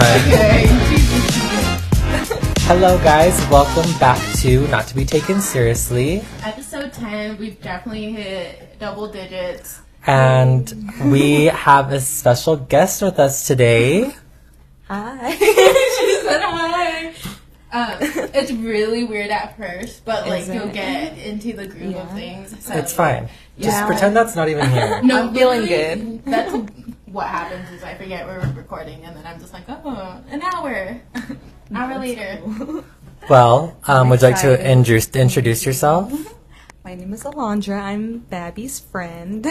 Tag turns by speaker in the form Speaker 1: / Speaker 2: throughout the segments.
Speaker 1: Okay. Hello, guys. Welcome back to Not to Be Taken Seriously.
Speaker 2: Episode 10, we've definitely hit double digits.
Speaker 1: And we have a special guest with us today.
Speaker 3: Hi.
Speaker 2: she said hi. Um, it's really weird at first, but like
Speaker 3: Is it?
Speaker 2: you'll get into the groove of things. So.
Speaker 1: It's fine. Just
Speaker 3: Yeah.
Speaker 1: pretend that's not even here.
Speaker 2: No,
Speaker 3: I'm feeling
Speaker 2: literally, That's what happens is I forget we're recording, and then I'm just like, oh, an hour, hour later.
Speaker 1: Well, um, would you like to
Speaker 3: Excited. Mm-hmm.
Speaker 1: introduce, introduce yourself?
Speaker 3: My name is Alondra. I'm Babby's friend.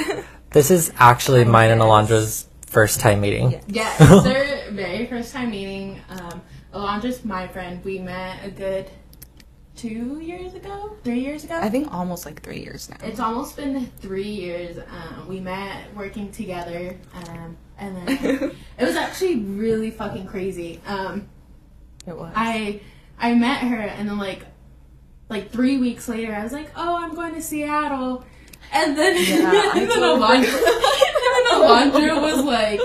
Speaker 1: This is actually mine and Alondra's first time meeting.
Speaker 3: Yeah.
Speaker 2: Yes, their very first time meeting. Um, Alondra's my friend. We met a good two years ago, three years ago.
Speaker 3: I think almost like three years now.
Speaker 2: It's almost been three years. Um, we met working together, um, and then it was actually really fucking crazy. Um,
Speaker 3: It was.
Speaker 2: I I met her, and then like like three weeks later, I was like, "Oh, I'm going to Seattle," and then
Speaker 3: Yeah, I
Speaker 2: and then
Speaker 3: totally
Speaker 2: Alondra, and then Alondra was like,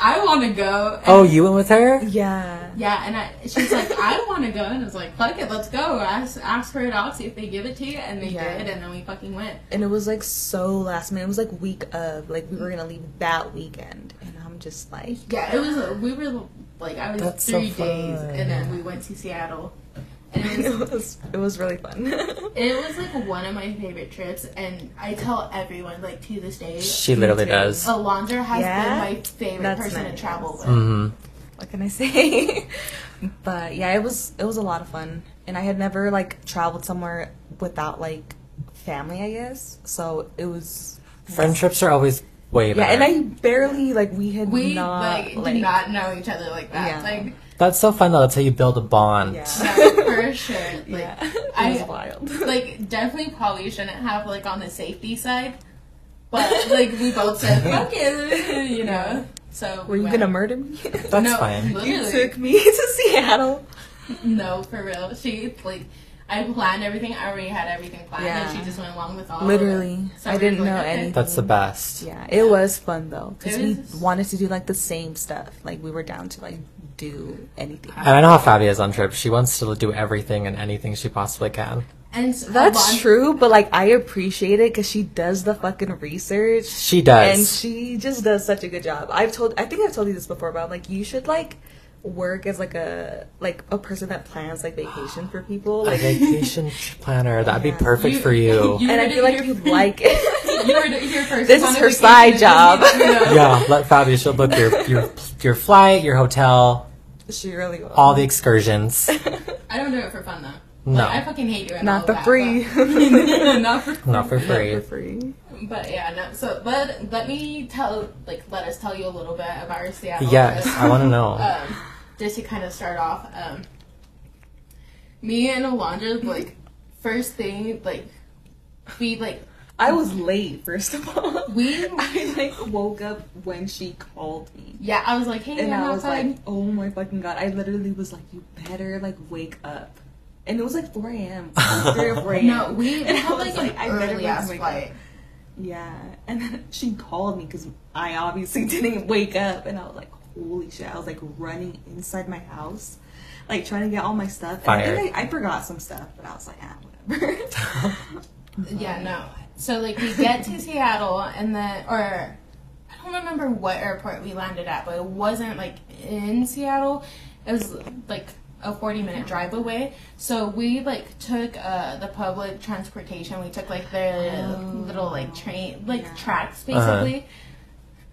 Speaker 2: "I want to go." And
Speaker 1: Oh, you went with her?
Speaker 3: yeah.
Speaker 2: yeah, and I, she's like, I want to go, and I was like, fuck it, let's go. Ask, ask her it out, see if they give it to you, and they
Speaker 3: Yeah.
Speaker 2: did, and then we fucking went.
Speaker 3: And it was like so last minute. It was like week of. Like we were gonna leave that weekend. And I'm just like
Speaker 2: Yeah, it was. uh, We were like I was
Speaker 1: That's so
Speaker 2: three days,
Speaker 1: fun.
Speaker 2: and then we went to Seattle, and it was,
Speaker 3: it was it was really fun.
Speaker 2: it was like one of my favorite trips. And I tell everyone like to this day,
Speaker 1: She literally
Speaker 3: too. Oh.
Speaker 1: does.
Speaker 2: Alondra has
Speaker 3: Yeah?
Speaker 2: been my favorite
Speaker 3: That's
Speaker 2: person to
Speaker 3: nice.
Speaker 2: travel with.
Speaker 1: hmm
Speaker 3: what can I say? but yeah, it was it was a lot of fun. And I had never like traveled somewhere without like family, I guess. So it was
Speaker 1: Friend trips are always way better.
Speaker 3: yeah, and I barely like we had
Speaker 2: We
Speaker 3: not
Speaker 2: like did not know each other like that.
Speaker 3: Yeah.
Speaker 2: Like
Speaker 1: That's so fun though. That's how you build a bond.
Speaker 3: yeah.
Speaker 2: yeah, for sure. Like I-
Speaker 3: it was wild.
Speaker 2: like definitely probably shouldn't have like on the safety side, but like we both said fuck it, you know. So
Speaker 3: Were
Speaker 2: we
Speaker 3: you
Speaker 2: went.
Speaker 3: gonna murder me?
Speaker 1: That's
Speaker 2: no,
Speaker 1: fine.
Speaker 3: you
Speaker 2: literally.
Speaker 3: took me to Seattle.
Speaker 2: No, for real. She like I planned everything. I already had everything planned, and
Speaker 3: Yeah.
Speaker 2: she just went along with all.
Speaker 3: Literally,
Speaker 2: of it. So
Speaker 3: I
Speaker 2: we were
Speaker 3: didn't
Speaker 2: like,
Speaker 3: know
Speaker 2: okay.
Speaker 3: anything.
Speaker 1: That's the best.
Speaker 3: Yeah, it was fun though because
Speaker 2: It
Speaker 3: we
Speaker 2: was-
Speaker 3: wanted to do like the same stuff. Like we were down to like do anything.
Speaker 1: And I know how Fabi is on trips. She wants to do everything and anything she possibly can.
Speaker 2: And so
Speaker 3: That's
Speaker 2: Alon-
Speaker 3: true, but like I appreciate it because she does the fucking research.
Speaker 1: She does.
Speaker 3: and she just does such a good job. I've told, I think I've told you this before, but I'm like, you should like work as like a like a person that plans like vacation for people.
Speaker 1: a
Speaker 3: Like,
Speaker 1: vacation planner. That'd be
Speaker 3: Yeah.
Speaker 1: perfect for you.
Speaker 2: you
Speaker 3: and I
Speaker 2: heard it
Speaker 3: feel like
Speaker 2: here-
Speaker 3: you'd like it.
Speaker 2: You heard it here first.
Speaker 3: This
Speaker 2: On
Speaker 3: is
Speaker 2: a
Speaker 3: her
Speaker 2: vacation,
Speaker 3: side
Speaker 2: you
Speaker 3: job.
Speaker 2: know.
Speaker 1: yeah, let Fabi. She'll book your your your flight, your hotel,
Speaker 3: she really will.
Speaker 1: all the excursions.
Speaker 2: I don't do it for fun though.
Speaker 1: No.
Speaker 2: Like, I fucking hate doing
Speaker 3: not
Speaker 2: all
Speaker 3: for
Speaker 2: of that,
Speaker 3: free.
Speaker 2: but- not for free.
Speaker 1: Not for free.
Speaker 3: Not for free.
Speaker 2: But yeah, no. So let let me tell like let us tell you a little bit about our Seattle.
Speaker 1: Yes,
Speaker 2: trip.
Speaker 1: I want to know.
Speaker 2: um, just to kind of start off, um, me and Alondra, like, first thing, like, we, like,
Speaker 3: I was late, first of all.
Speaker 2: We-
Speaker 3: I like woke up when she called me.
Speaker 2: yeah, I was like, hey,
Speaker 3: And
Speaker 2: I'm
Speaker 3: I was
Speaker 2: outside.
Speaker 3: like, oh my fucking god. I literally was like, you better like wake up. And it was like 4 a.m. 3 or 4 a.m.
Speaker 2: no, we
Speaker 3: And I
Speaker 2: had, like,
Speaker 3: was
Speaker 2: an
Speaker 3: like, I better
Speaker 2: early ass
Speaker 3: wake
Speaker 2: flight.
Speaker 3: Yeah. And then she called me because I obviously didn't wake up. And I was like, holy shit. I was like running inside my house, like trying to get all my stuff. And I think I, I forgot some stuff, but I was like, ah, whatever.
Speaker 2: Yeah, no. So, like, we get to Seattle, and then, or, I don't remember what airport we landed at, but it wasn't, like, in Seattle. It was, like, a 40 minute drive away. So we, like, took uh, the public transportation. We took, like, the little, like, train, like,
Speaker 3: Yeah.
Speaker 2: tracks,
Speaker 1: Uh-huh.
Speaker 2: basically.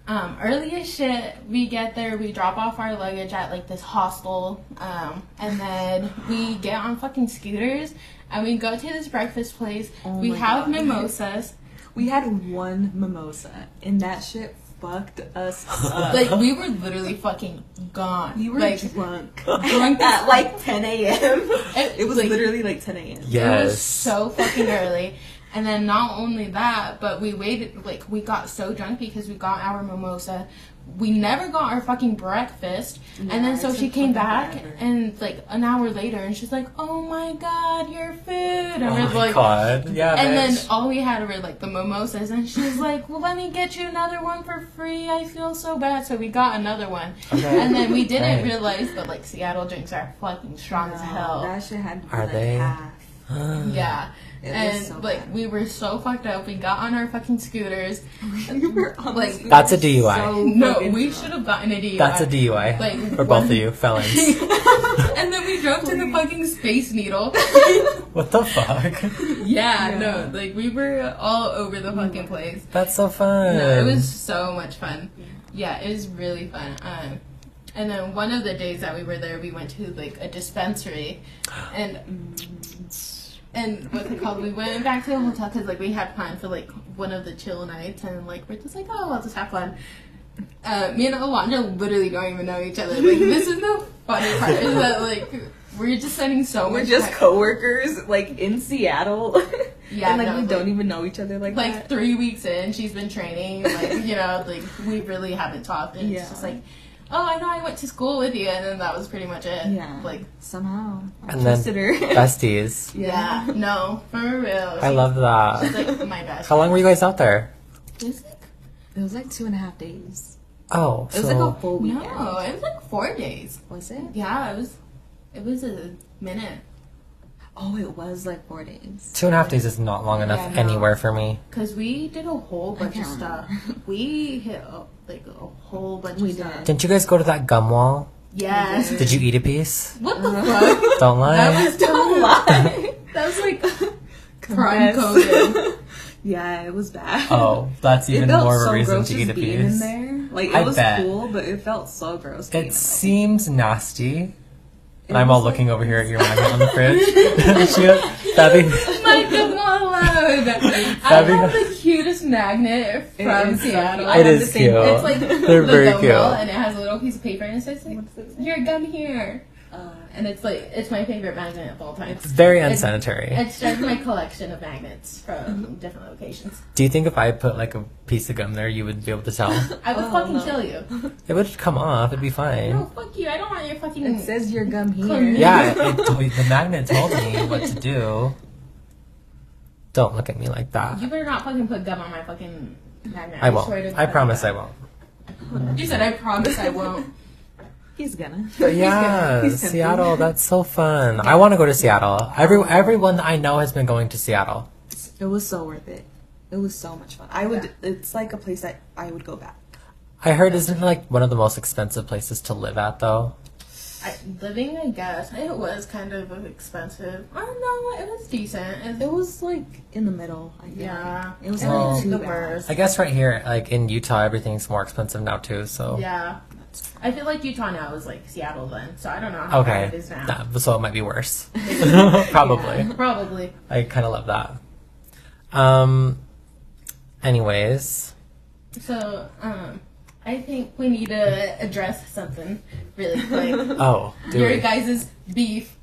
Speaker 2: um, early as shit. We get there, we drop off our luggage at like this hostel, um, and then we get on fucking scooters and we go to this breakfast place. we
Speaker 3: Oh my
Speaker 2: have
Speaker 3: God.
Speaker 2: mimosas.
Speaker 3: we had one mimosa, and that shit fucked us up.
Speaker 2: Like we were literally fucking gone.
Speaker 3: You were
Speaker 2: like
Speaker 3: drunk.
Speaker 2: Drunk as
Speaker 3: at like 10 a.m. It was
Speaker 2: like,
Speaker 3: literally like 10 a.m.
Speaker 2: It was
Speaker 1: Yes.
Speaker 2: so fucking early. And then not only that, but we waited, like, we got so drunk because we got our mimosa. We never got our fucking breakfast. and
Speaker 3: Yeah,
Speaker 2: then so
Speaker 3: it
Speaker 2: she
Speaker 3: took
Speaker 2: came
Speaker 3: fucking
Speaker 2: back
Speaker 3: forever.
Speaker 2: and, like, an hour later, and she's like, oh my god, your food. And
Speaker 1: Oh
Speaker 2: we're
Speaker 1: my
Speaker 2: like,
Speaker 1: god. Yeah.
Speaker 2: and then
Speaker 1: bitch.
Speaker 2: all we had were like the mimosas, and she was like, "Well, let me get you another one for free. I feel so bad." So we got another one,
Speaker 1: Okay.
Speaker 2: and then we didn't
Speaker 1: Right.
Speaker 2: realize, but like Seattle drinks are fucking strong as hell.
Speaker 3: That shit had to be
Speaker 1: Are
Speaker 3: like
Speaker 1: they?
Speaker 3: half.
Speaker 2: yeah,
Speaker 3: It was
Speaker 2: and
Speaker 3: so
Speaker 2: like
Speaker 3: bad.
Speaker 2: we were so fucked up. We got on our fucking scooters.
Speaker 3: We were on
Speaker 2: Like-
Speaker 3: this-
Speaker 1: That's a
Speaker 3: we were
Speaker 1: DUI.
Speaker 3: so
Speaker 2: No,
Speaker 3: fucking
Speaker 2: we
Speaker 3: drunk.
Speaker 2: should have gotten a DUI.
Speaker 1: That's a DUI
Speaker 2: Like,
Speaker 1: for both
Speaker 2: one-
Speaker 1: of you felons.
Speaker 2: and then we drove to the fucking Space Needle.
Speaker 1: what the fuck?
Speaker 2: yeah,
Speaker 3: Yeah. Oh
Speaker 2: no, like we were all over the fucking place.
Speaker 1: That's so fun.
Speaker 2: No, it was so much fun. Yeah, it was really fun. Um, and then one of the days that we were there, we went to like a dispensary, and and what's it called? We went back to the hotel because like we had planned for like one of the chill nights, and like we're just like, oh, we'll just have fun. Uh, me and Alondra literally don't even know each other. Like this is the funny part is that like we're just spending so
Speaker 3: We're
Speaker 2: much
Speaker 3: just
Speaker 2: time-
Speaker 3: coworkers, like in Seattle.
Speaker 2: Yeah,
Speaker 3: and like
Speaker 2: no,
Speaker 3: we
Speaker 2: like-
Speaker 3: don't even know each other like,
Speaker 2: like
Speaker 3: that.
Speaker 2: three weeks in, she's been training. Like you know, like we really haven't talked, and
Speaker 3: Yeah.
Speaker 2: it's just like, oh, I know I went to school with you, and then that was pretty much it.
Speaker 3: Yeah.
Speaker 2: Like,
Speaker 3: somehow. I
Speaker 1: And then-
Speaker 3: trusted her.
Speaker 1: besties.
Speaker 2: yeah, no, for real.
Speaker 1: I love that.
Speaker 2: She's like my best.
Speaker 1: How long were you guys out there?
Speaker 2: It was like,
Speaker 3: It was like two and a half days.
Speaker 1: Oh,
Speaker 3: It was
Speaker 1: so
Speaker 3: like a full weekend.
Speaker 2: no, it was like four days.
Speaker 3: Was it?
Speaker 2: Yeah, it was. It was a minute
Speaker 3: Oh, it was like four days.
Speaker 1: two and a half days is not long enough
Speaker 2: Yeah, no.
Speaker 1: anywhere for me.
Speaker 2: because we did a whole bunch of
Speaker 3: can't
Speaker 2: stuff.
Speaker 3: remember.
Speaker 2: We hit a, like a whole bunch
Speaker 3: We
Speaker 2: of stuff.
Speaker 3: did.
Speaker 1: Didn't you guys go to that gum wall?
Speaker 2: Yes.
Speaker 1: Did you eat a piece?
Speaker 2: What the fuck?
Speaker 1: Don't lie.
Speaker 2: That was
Speaker 3: Don't lie.
Speaker 2: that was like
Speaker 3: Confess.
Speaker 2: COVID.
Speaker 3: yeah, it was bad.
Speaker 1: oh, that's
Speaker 3: It
Speaker 1: even
Speaker 3: felt
Speaker 1: more of
Speaker 3: so
Speaker 1: a reason
Speaker 3: gross
Speaker 1: to
Speaker 3: just
Speaker 1: eat a
Speaker 3: being in
Speaker 1: piece.
Speaker 3: there. Like it
Speaker 1: I
Speaker 3: was
Speaker 1: bet.
Speaker 3: cool, but it felt so gross. being in
Speaker 1: It
Speaker 3: there.
Speaker 1: seems nasty.
Speaker 3: It
Speaker 1: And I'm all
Speaker 3: was, like,
Speaker 1: looking over here at your magnet on the fridge. She goes, That'd be
Speaker 2: Michael Malone. I
Speaker 1: That'd be
Speaker 2: have
Speaker 1: nice.
Speaker 2: the cutest magnet
Speaker 3: It
Speaker 2: from
Speaker 3: is so
Speaker 2: Seattle.
Speaker 3: cute. I
Speaker 1: It
Speaker 3: have
Speaker 1: is
Speaker 3: the same-
Speaker 1: cute.
Speaker 2: It's like
Speaker 1: They're
Speaker 2: the
Speaker 1: very
Speaker 2: gum
Speaker 1: cute.
Speaker 2: ball, and it has a little piece of paper, and it says like,
Speaker 3: What's it say?
Speaker 2: "Your gum here,"
Speaker 3: Uh,
Speaker 2: and it's like it's my favorite magnet of all time.
Speaker 1: It's very
Speaker 2: It's-
Speaker 1: unsanitary.
Speaker 2: It started my collection of magnets
Speaker 3: Mm-hmm.
Speaker 2: from different locations.
Speaker 1: Do you think if I put like a piece of gum there, you would be able to tell?
Speaker 2: I would
Speaker 3: Oh,
Speaker 2: fucking
Speaker 3: no.
Speaker 2: kill you.
Speaker 1: It would come off. It'd be fine.
Speaker 2: No, fuck you. I don't want your fucking.
Speaker 3: It says your gum Mm. here.
Speaker 2: Chlamydia.
Speaker 1: Yeah, it told me, the magnet told me what to do. Don't look at me like
Speaker 2: you
Speaker 1: that.
Speaker 2: better not fucking put gum on my fucking magnet.
Speaker 1: I
Speaker 2: swear to
Speaker 1: won't. I
Speaker 2: God.
Speaker 1: promise I won't.
Speaker 2: You said I promise I won't.
Speaker 3: He's gonna.
Speaker 1: But yeah,
Speaker 3: he's tempting.
Speaker 1: Seattle, that's so fun. I want to go to Seattle. Every everyone I know has been going to Seattle.
Speaker 3: It was so worth it. It was so much fun. I would. It's like a place that I would go back.
Speaker 1: I heard isn't it, like one of the most expensive places to live at though.
Speaker 2: I, living, I guess it was kind of expensive. I don't know. It was decent.
Speaker 3: It
Speaker 2: It,
Speaker 3: was like in the middle. I think.
Speaker 2: yeah,
Speaker 3: It was
Speaker 2: It
Speaker 3: not
Speaker 1: Well-
Speaker 3: too
Speaker 2: the
Speaker 3: bad.
Speaker 2: worst.
Speaker 1: I guess right here, like in Utah, everything's more expensive now too. So
Speaker 2: yeah, I feel like Utah now is like Seattle then, so I don't know how
Speaker 1: okay,
Speaker 2: bad it is now.
Speaker 1: Nah, so it might be worse. Probably.
Speaker 2: Probably.
Speaker 1: I kind of love that. Um. Anyways.
Speaker 2: So, um, I think we need to address something really quick.
Speaker 1: Oh, do
Speaker 2: your
Speaker 1: we?
Speaker 2: guys' beef.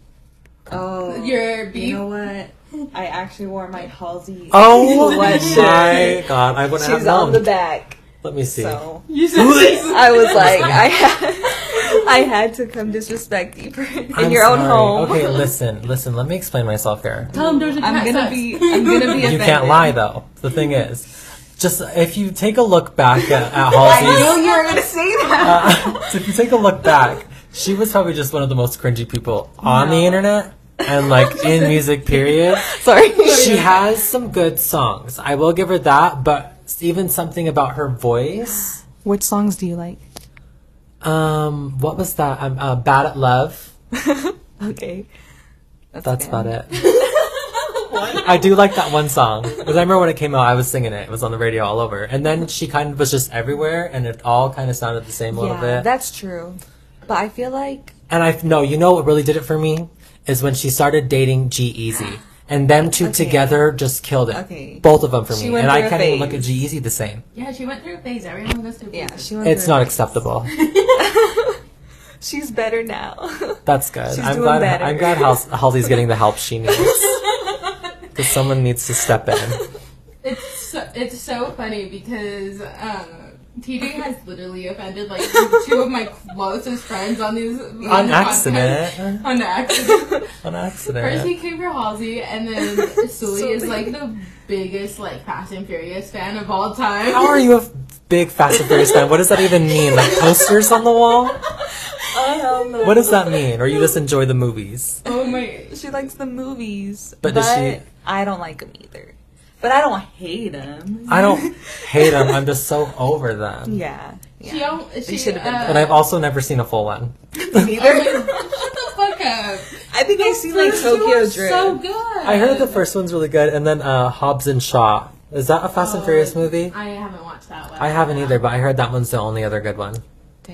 Speaker 3: Oh,
Speaker 2: Your beef.
Speaker 3: you know what? I actually wore my Halsey.
Speaker 1: Oh
Speaker 3: What
Speaker 1: my god, I wouldn't have
Speaker 3: She's
Speaker 1: known.
Speaker 3: on the back.
Speaker 1: Let me see.
Speaker 3: So
Speaker 2: you said
Speaker 3: I was like, I had, I had to come disrespect you for- in
Speaker 1: I'm
Speaker 3: your own
Speaker 1: sorry.
Speaker 3: home.
Speaker 1: Okay, listen, listen, let me explain myself here.
Speaker 2: tell them there's a
Speaker 3: I'm
Speaker 2: cat
Speaker 3: gonna
Speaker 2: sucks.
Speaker 3: be. I'm gonna be.
Speaker 1: You
Speaker 3: offended.
Speaker 1: can't lie though. The thing
Speaker 3: Mm-hmm.
Speaker 1: is, just if you take a look back at, at
Speaker 3: I
Speaker 1: Halsey's,
Speaker 3: knew you were gonna say that.
Speaker 1: uh, so if you take a look back, she was probably just one of the most cringy people on the internet and like in music period.
Speaker 3: Sorry.
Speaker 1: Uh, She has some good songs. I will give her that, but even something about her voice.
Speaker 3: Which songs do you like?
Speaker 1: Um, what was that? Um, uh, Bad at Love.
Speaker 3: Okay.
Speaker 1: That's about it. I do like that one song because I remember when it came out, I was singing it. It was on the radio all over, and then she kind of was just everywhere, and it all kind of sounded the same a little
Speaker 3: Yeah,
Speaker 1: bit.
Speaker 3: that's true. But I feel like
Speaker 1: and I no, you know what really did it for me is when she started dating G Easy, and them two
Speaker 3: Okay.
Speaker 1: together just killed it.
Speaker 3: Okay.
Speaker 1: both of them for
Speaker 3: She
Speaker 1: me,
Speaker 3: went
Speaker 1: and I
Speaker 3: through a
Speaker 1: can't even look
Speaker 3: phase.
Speaker 1: at G Easy the same.
Speaker 2: Yeah, she went through a phase. Everyone goes through.
Speaker 3: yeah,
Speaker 2: phases.
Speaker 3: she went
Speaker 1: It's
Speaker 3: through
Speaker 1: not
Speaker 3: it.
Speaker 1: acceptable.
Speaker 3: She's better now.
Speaker 1: That's good.
Speaker 3: She's
Speaker 1: I'm
Speaker 3: doing
Speaker 1: glad.
Speaker 3: better.
Speaker 1: I'm glad Hals- Halsey's getting the help she needs. Because someone needs to step in.
Speaker 2: It's so, it's so funny because um, TJ has literally offended like two of my closest friends on these on,
Speaker 1: On
Speaker 2: the
Speaker 1: accident.
Speaker 2: podcast. On accident.
Speaker 1: On
Speaker 2: First he
Speaker 1: accident.
Speaker 2: came for Halsey, and then Sully is
Speaker 4: Sully.
Speaker 2: like the biggest like Fast and Furious fan of all time.
Speaker 1: How are you a big Fast and Furious fan? What does that even mean? Like posters on the wall?
Speaker 4: I am.
Speaker 1: What does that mean? Or you just enjoy the movies?
Speaker 2: Oh my!
Speaker 4: She likes the movies,
Speaker 1: But
Speaker 4: but,
Speaker 1: does she-
Speaker 4: I don't like them either. But I don't hate them.
Speaker 1: I don't hate them. I'm just so over them.
Speaker 4: Yeah. yeah.
Speaker 2: She al- she,
Speaker 4: should have been
Speaker 2: uh,
Speaker 1: And I've also never seen a full one.
Speaker 2: oh my- shut the fuck up.
Speaker 4: I think I see like
Speaker 2: First two
Speaker 4: Tokyo
Speaker 2: are
Speaker 4: Drift.
Speaker 2: So good.
Speaker 1: I heard the first one's really good, and then uh, Hobbs and Shaw. Is that a Fast and
Speaker 2: Oh,
Speaker 1: Furious movie?
Speaker 2: I haven't watched that one.
Speaker 1: I haven't either, but I heard that one's the only other good one.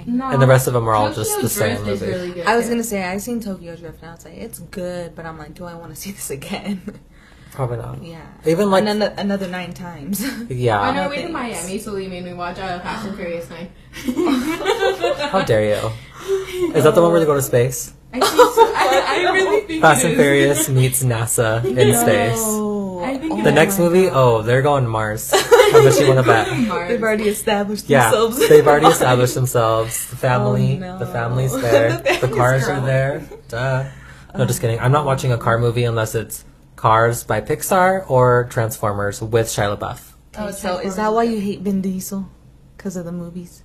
Speaker 2: No.
Speaker 1: And the rest of them are all
Speaker 2: Tokyo
Speaker 1: just the
Speaker 2: Drift
Speaker 1: same
Speaker 2: is
Speaker 1: movie.
Speaker 2: really good,
Speaker 4: I was
Speaker 2: too.
Speaker 4: gonna say I seen Tokyo Drift and I was like it's good, but I'm like, do I want to see this again?
Speaker 1: Probably not.
Speaker 4: yeah.
Speaker 1: Even like,
Speaker 4: another, another nine times.
Speaker 2: On
Speaker 1: yeah.
Speaker 2: our way
Speaker 4: Thanks.
Speaker 2: to Miami, Sully made me watch uh, Fast and Furious 9.
Speaker 1: How dare you? Is that the one where they go to space?
Speaker 2: I, think so. I, I really think
Speaker 1: Fast
Speaker 2: it
Speaker 1: and
Speaker 2: is.
Speaker 1: Furious meets NASA in space.
Speaker 2: I think
Speaker 1: The
Speaker 2: Oh
Speaker 1: next
Speaker 4: my
Speaker 1: movie,
Speaker 4: God.
Speaker 1: oh, they're going to Mars. How much you want to bet?
Speaker 2: Mars.
Speaker 4: They've already established
Speaker 1: Yeah,
Speaker 4: themselves.
Speaker 1: they've already established themselves. The family,
Speaker 4: Oh, no.
Speaker 1: the family's there.
Speaker 4: The
Speaker 1: the
Speaker 4: family's
Speaker 1: cars are
Speaker 4: growing.
Speaker 1: there. Duh. No, just kidding. I'm not watching a car movie unless it's Cars by Pixar or Transformers with Shia LaBeouf.
Speaker 2: Oh,
Speaker 4: Okay, so
Speaker 2: Transformers
Speaker 4: is that why
Speaker 2: is
Speaker 4: you hate Vin Diesel? Because of the movies,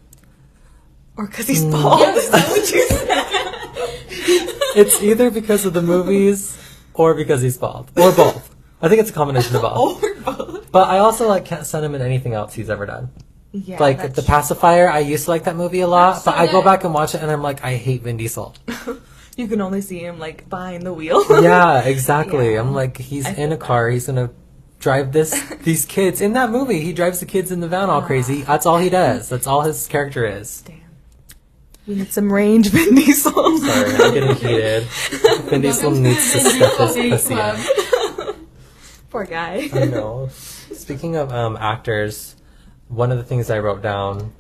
Speaker 4: or because he's
Speaker 1: Mm.
Speaker 4: bald?
Speaker 2: Yeah,
Speaker 4: Is that what you
Speaker 1: It's either because of the movies or because he's bald. Or both. I think it's a combination of both.
Speaker 4: or both?
Speaker 1: But I also like can't send him in anything else he's ever done.
Speaker 4: Yeah,
Speaker 1: like
Speaker 4: that's
Speaker 1: The Pacifier, I used to like that movie a lot, but I go
Speaker 2: Absolutely.
Speaker 1: back and watch it and I'm like, I hate Vin Diesel.
Speaker 4: You can only see him like behind the wheel.
Speaker 1: yeah, exactly.
Speaker 4: Yeah.
Speaker 1: I'm like, he's
Speaker 4: I
Speaker 1: in
Speaker 4: feel
Speaker 1: a car. He's gonna drive this these kids in that movie. He drives the kids in the van all crazy. That's all he does. That's all his character is.
Speaker 4: Damn. We need some range, Vin Diesel.
Speaker 1: Sorry, I'm getting heated. Vin Diesel
Speaker 2: Welcome
Speaker 1: needs to
Speaker 2: the
Speaker 1: step his
Speaker 2: Disney
Speaker 1: pussy
Speaker 2: Club.
Speaker 1: up.
Speaker 4: Poor guy.
Speaker 1: I know. Speaking of um, actors, one of the things I wrote down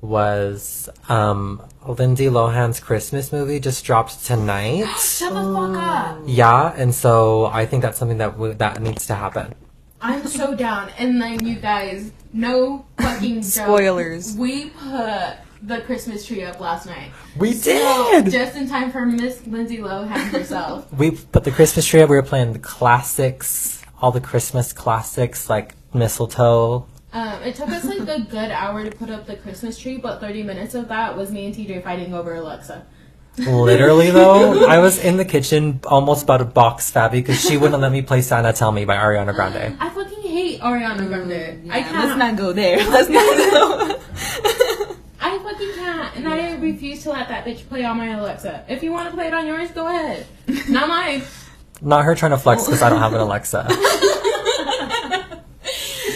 Speaker 1: was um, Lindsay Lohan's Christmas movie just dropped tonight.
Speaker 2: Shut the fuck up.
Speaker 1: Yeah, and so I think that's something that w- that needs to happen.
Speaker 2: I'm so down. And then you guys, no fucking joke.
Speaker 4: Spoilers.
Speaker 2: We put the Christmas tree up last night.
Speaker 1: We
Speaker 2: So, just in time for Miss Lindsay Lohan herself.
Speaker 1: We put the Christmas tree up. We were playing the classics, all the Christmas classics like mistletoe.
Speaker 2: Um, it took us like a good hour to put up the Christmas tree, but 30 minutes of that was me and TJ fighting over Alexa.
Speaker 1: Literally though, I was in the kitchen almost about to box Fabi because she wouldn't let me play Santa Tell Me by Ariana Grande.
Speaker 2: I fucking hate Ariana Grande. I
Speaker 4: Yeah,
Speaker 2: can't.
Speaker 4: Let's not go there. Let's not.
Speaker 2: I fucking can't, and I refuse to let that bitch play on my Alexa. If you want to play it on yours, go ahead. Not mine.
Speaker 1: Not her trying to flex because I don't have an Alexa.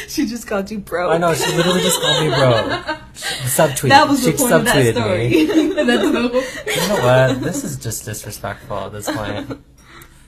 Speaker 4: she just called you bro.
Speaker 1: I know she literally just called me bro. Subtweet.
Speaker 4: That was
Speaker 1: she
Speaker 4: the point of that
Speaker 1: subtweeted
Speaker 4: story.
Speaker 1: me.
Speaker 2: That's so.
Speaker 1: You know what? This is just disrespectful at this point.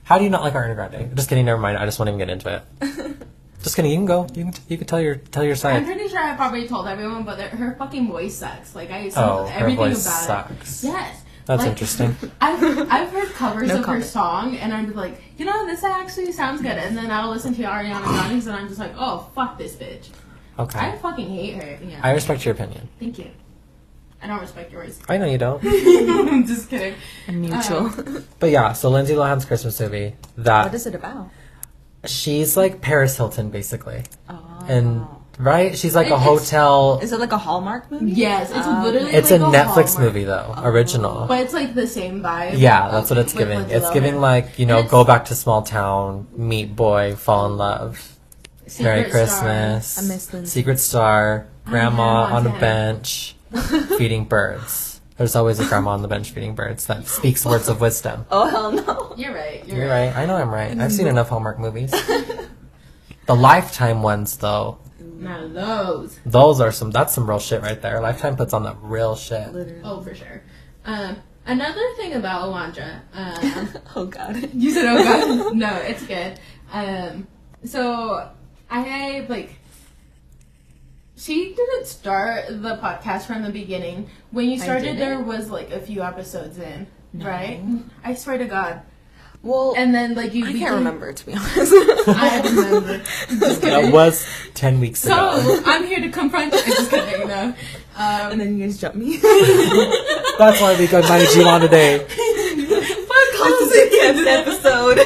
Speaker 1: How do you not like Ariana Grande? Just kidding. Never mind. I just won't even get into it. Just kidding. You can go. You can. you can tell your tell your
Speaker 2: I'm
Speaker 1: side.
Speaker 2: pretty sure I probably told everyone, but that her fucking voice sucks. Like I said
Speaker 1: Oh, her
Speaker 2: everything
Speaker 1: voice
Speaker 2: about
Speaker 1: sucks.
Speaker 2: it. Yes.
Speaker 1: That's
Speaker 2: Like,
Speaker 1: interesting.
Speaker 2: I've, I've heard covers
Speaker 4: No
Speaker 2: of
Speaker 4: comment.
Speaker 2: her song, and I'm like, you know, this actually sounds good. And then I'll listen to Ariana Grande's, and I'm just like, oh, fuck this bitch. I
Speaker 1: Okay.
Speaker 2: fucking hate her. Yeah.
Speaker 1: I respect your opinion.
Speaker 2: Thank you. I don't respect yours.
Speaker 1: I know you don't.
Speaker 2: I'm just kidding. Um,
Speaker 4: Mutual.
Speaker 1: But yeah, so Lindsay Lohan's Christmas movie that
Speaker 4: uh, what is it about?
Speaker 1: she's like Paris Hilton basically,
Speaker 4: Oh.
Speaker 1: and right, she's like
Speaker 2: It-
Speaker 1: a
Speaker 2: it's-
Speaker 1: hotel.
Speaker 4: is it like a Hallmark movie?
Speaker 2: Yes, it's
Speaker 4: Um,
Speaker 2: literally.
Speaker 1: It's a
Speaker 2: like
Speaker 1: Netflix
Speaker 2: Hallmark,
Speaker 1: movie though, original.
Speaker 2: but it's like the same vibe.
Speaker 1: yeah, that's
Speaker 2: of-
Speaker 1: what it's
Speaker 2: with
Speaker 1: giving.
Speaker 2: Lindsay
Speaker 1: It's
Speaker 2: Lohan.
Speaker 1: giving like you know,
Speaker 2: It's-
Speaker 1: go back to small town, meet boy, fall in love,
Speaker 2: Secret
Speaker 1: Merry
Speaker 2: Star.
Speaker 1: Christmas,
Speaker 4: I miss Lindsay.
Speaker 1: Secret Star, Grandma
Speaker 2: Hannah
Speaker 1: on a
Speaker 2: Montana.
Speaker 1: bench, feeding birds. There's always a grandma on the bench feeding birds that speaks words of wisdom.
Speaker 4: Oh hell no.
Speaker 2: You're right. You're,
Speaker 1: You're
Speaker 2: right.
Speaker 1: right. I know I'm right. I've seen enough Hallmark movies. the Lifetime ones, though,
Speaker 2: None of those.
Speaker 1: those are some. That's some real shit right there. Lifetime puts on the real shit.
Speaker 4: Literally.
Speaker 2: Oh, for sure. Um, another thing about Alondra. Um,
Speaker 4: Oh god.
Speaker 2: you said, "Oh god, no, it's good." Um, so I like. She didn't start the podcast from the beginning. When you started,
Speaker 4: didn't.
Speaker 2: there was like a few episodes in, right? I swear to God.
Speaker 4: Well,
Speaker 2: And then like you
Speaker 3: I
Speaker 2: begin-
Speaker 3: can't remember to be honest.
Speaker 2: I don't remember. Just
Speaker 1: That
Speaker 2: kidding.
Speaker 1: was ten weeks
Speaker 2: so
Speaker 1: ago.
Speaker 2: I'm here to confront you. Just kidding, no.
Speaker 4: and
Speaker 2: Um,
Speaker 4: then you guys jump me.
Speaker 1: That's why we got Mighty G1 today.
Speaker 4: This is the tenth episode.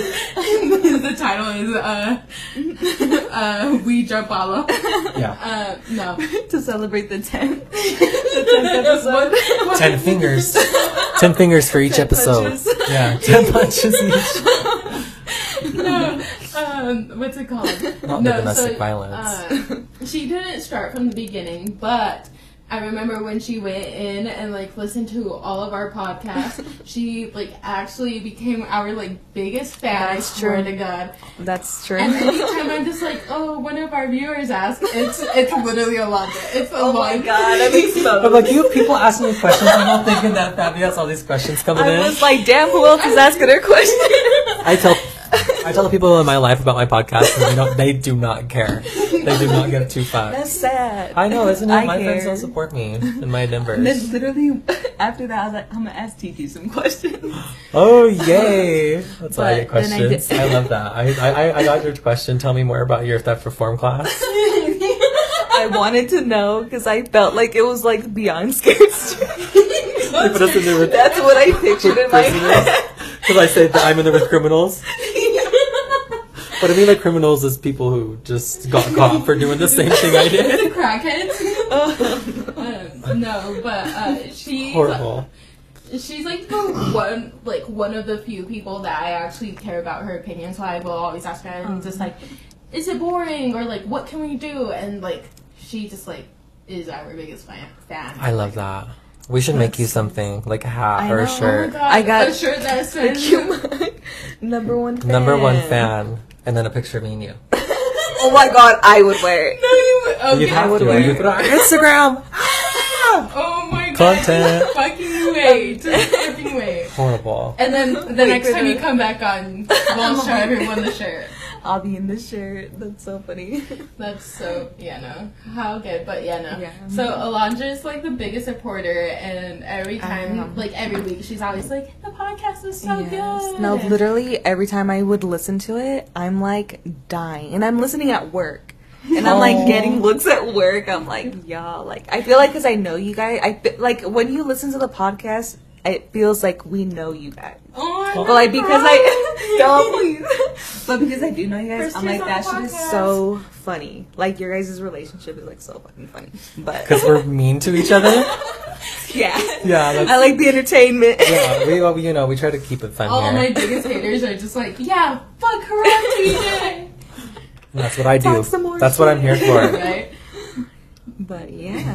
Speaker 2: the title is uh, uh, we jump Baba.
Speaker 1: Yeah.
Speaker 2: Uh, no,
Speaker 4: to celebrate the tenth, the tenth episode.
Speaker 1: Ten fingers. Ten fingers for each episode.
Speaker 4: punches.
Speaker 1: Yeah. Ten punches each.
Speaker 2: no. Um, what's it called?
Speaker 1: Not the domestic violence.
Speaker 2: uh, she didn't start from the beginning, but I remember when she went in and like listened to all of our podcasts. she like actually became our like biggest fan. I
Speaker 3: That's
Speaker 2: swear
Speaker 3: true.
Speaker 2: to God.
Speaker 3: That's true.
Speaker 2: And anytime I'm just like, oh, one of our viewers asked, it's it's literally a lot. It's a
Speaker 4: Oh
Speaker 2: lot.
Speaker 4: my god, I'm
Speaker 1: But
Speaker 4: exposed.
Speaker 1: like you have people asking me questions, I'm not thinking that Fabi has all these questions coming
Speaker 3: I
Speaker 1: in.
Speaker 3: was like, damn, who else is asking her question?
Speaker 1: I tell I tell the people in my life about my podcast and they don't they do not care. They do not give two fucks.
Speaker 3: That's sad.
Speaker 1: I know, isn't it?
Speaker 4: I
Speaker 1: my friends
Speaker 4: care.
Speaker 1: don't support me in my
Speaker 4: And then
Speaker 1: numbers.
Speaker 4: literally after that, I was like, I'm gonna ask Tiki some questions.
Speaker 1: Oh yay! That's why I get
Speaker 3: But then I did-
Speaker 1: questions. I, love that. I, I I- I got your question. Tell me more about your theft reform class.
Speaker 3: I wanted to know because I felt like it was like beyond scared straight.
Speaker 1: They put us in there with
Speaker 3: That's what I pictured in my
Speaker 1: prisoners.
Speaker 3: head.
Speaker 1: Because I say that I'm in there with criminals. But I mean by criminals is people who just got caught for doing the same thing I did.
Speaker 2: the crackheads. um, no, but uh, she
Speaker 1: Horrible.
Speaker 2: she's like the one like one of the few people that I actually care about her opinion, so I will always ask her
Speaker 3: Um.
Speaker 2: and just like, is it boring or like what can we do? And like she just like is our biggest fan. fan.
Speaker 1: I love that. We should make you something like a hat
Speaker 3: I
Speaker 1: or
Speaker 3: know.
Speaker 1: a
Speaker 3: Oh my
Speaker 2: Oh my
Speaker 1: shirt.
Speaker 2: god!
Speaker 3: I got-
Speaker 2: a shirt that says
Speaker 3: Thank you, Mike. Number one fan.
Speaker 1: Number one fan, and then a picture of me and you.
Speaker 3: Oh my god, I would wear it.
Speaker 2: No, you- okay.
Speaker 1: You'd have to.
Speaker 3: wear
Speaker 1: You
Speaker 3: it.
Speaker 1: put it on Instagram.
Speaker 2: Oh my god!
Speaker 1: Content.
Speaker 2: Just Fucking wait! Just fucking wait!
Speaker 1: Horrible.
Speaker 2: And then the next time you come back on, we'll show everyone the shirt.
Speaker 4: I'll be in this shirt. That's so funny.
Speaker 2: That's so yeah no how good but yeah no
Speaker 4: Yeah.
Speaker 2: so Alondra is like the biggest supporter and every time
Speaker 3: Um,
Speaker 2: like every week she's always like the podcast is so
Speaker 3: Yes.
Speaker 2: good
Speaker 3: No, literally every time I would listen to it, I'm like dying, and I'm listening at work, and I'm
Speaker 1: Aw.
Speaker 3: like
Speaker 2: Oh.
Speaker 3: getting looks at work. I'm like, y'all, like I feel like because I know you guys, I fe- like when you listen to the podcast, it feels like we know you guys.
Speaker 2: oh my
Speaker 3: But like because I
Speaker 2: God.
Speaker 3: don't please.
Speaker 4: But because I do know you guys,
Speaker 2: First
Speaker 4: I'm like, that
Speaker 2: year's on
Speaker 4: shit
Speaker 2: the
Speaker 4: is
Speaker 2: podcast.
Speaker 3: So funny. Like your guys' relationship is like so fucking funny. But
Speaker 1: Because we're mean to each other.
Speaker 3: yeah.
Speaker 1: Yeah, that's-
Speaker 3: I like the entertainment.
Speaker 1: Yeah, we well, you know we try to keep it fun
Speaker 2: all
Speaker 1: here.
Speaker 2: Oh my biggest haters are just like yeah fuck her up TJ
Speaker 1: And that's what I do.
Speaker 3: Talk some more
Speaker 1: That's what I'm here for.
Speaker 2: right
Speaker 3: But yeah.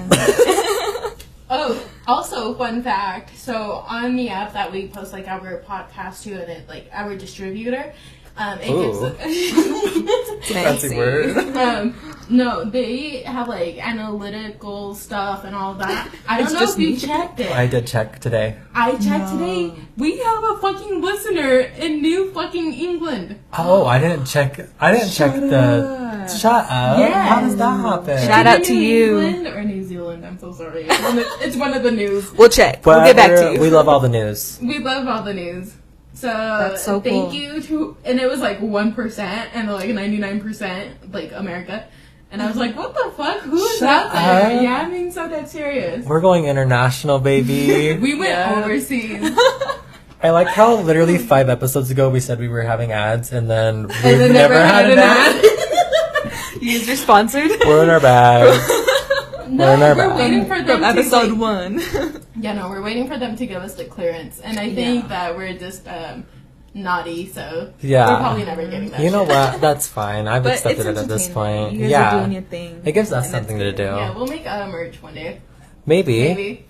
Speaker 2: oh also fun fact so on the app that we post like our podcast to and it like our distributor um it
Speaker 1: Ooh.
Speaker 2: gives
Speaker 1: Fancy word.
Speaker 2: Um, no, they have like analytical stuff and all that. I don't
Speaker 3: It's
Speaker 2: know
Speaker 3: just
Speaker 2: if you
Speaker 3: me.
Speaker 2: checked it.
Speaker 1: I
Speaker 2: I,
Speaker 1: did check today.
Speaker 2: checked today. We have a fucking listener in New fucking England.
Speaker 1: Oh, I didn't check. I didn't check the. Shut up.
Speaker 2: Yes.
Speaker 1: How does that happen?
Speaker 3: Shout out to
Speaker 2: New
Speaker 3: you.
Speaker 2: England or New Zealand? I'm so sorry. It's one of, it's one of the news.
Speaker 3: We'll check.
Speaker 1: But
Speaker 3: we'll get back to you.
Speaker 1: We love all the news.
Speaker 2: We love all the news. So,
Speaker 3: That's so
Speaker 2: thank
Speaker 3: cool.
Speaker 2: you to and it was like one percent and like ninety nine percent like America. And I was like, what the fuck? Who is
Speaker 1: Shut
Speaker 2: out there?
Speaker 1: up.
Speaker 2: Yeah, I'm being so dead serious.
Speaker 1: We're going international, baby.
Speaker 2: We went
Speaker 3: Yeah.
Speaker 2: overseas.
Speaker 1: I like how literally five episodes ago we said we were having ads, and then we've
Speaker 2: And then
Speaker 1: never, had, an ad.
Speaker 3: you guys are sponsored
Speaker 1: We're in our bags.
Speaker 2: No,
Speaker 1: We're in our
Speaker 2: we're,
Speaker 1: bag.
Speaker 2: waiting for them
Speaker 3: from
Speaker 2: to,
Speaker 3: episode
Speaker 2: like-
Speaker 3: one.
Speaker 2: yeah, no, we're waiting for them to give us the clearance, and I think that we're just um, naughty, so
Speaker 1: Yeah.
Speaker 2: we're probably never getting that.
Speaker 1: You know
Speaker 2: shit.
Speaker 1: what? That's fine. I've
Speaker 3: But
Speaker 1: accepted
Speaker 3: it's
Speaker 1: it at this
Speaker 3: entertaining.
Speaker 1: point.
Speaker 3: You guys
Speaker 1: yeah,
Speaker 3: are doing your thing.
Speaker 1: it gives us
Speaker 3: And that's
Speaker 1: something to
Speaker 3: good.
Speaker 1: do.
Speaker 2: Yeah, we'll make a merch one day,
Speaker 1: maybe.
Speaker 2: maybe.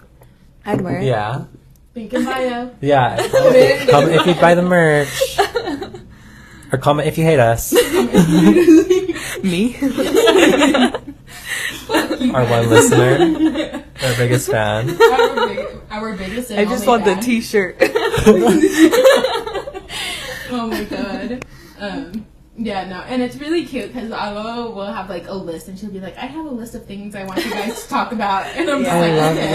Speaker 3: I'd wear it.
Speaker 1: Yeah.
Speaker 2: Think in bio.
Speaker 1: Yeah.
Speaker 2: Maybe.
Speaker 1: comment if you buy the merch, or comment if you hate us.
Speaker 3: Me?
Speaker 1: Our one listener, our biggest fan.
Speaker 2: our, big, our biggest. and
Speaker 3: I just
Speaker 2: only
Speaker 3: want the
Speaker 2: fan.
Speaker 3: t shirt.
Speaker 2: Oh my god. Um, yeah, no, and it's really cute because Avo will have like a list, and she'll be like, "I have a list of things I want you guys to talk about," and I'm
Speaker 3: Yeah.
Speaker 1: I
Speaker 2: just like,
Speaker 3: Oh
Speaker 1: love
Speaker 2: "Okay."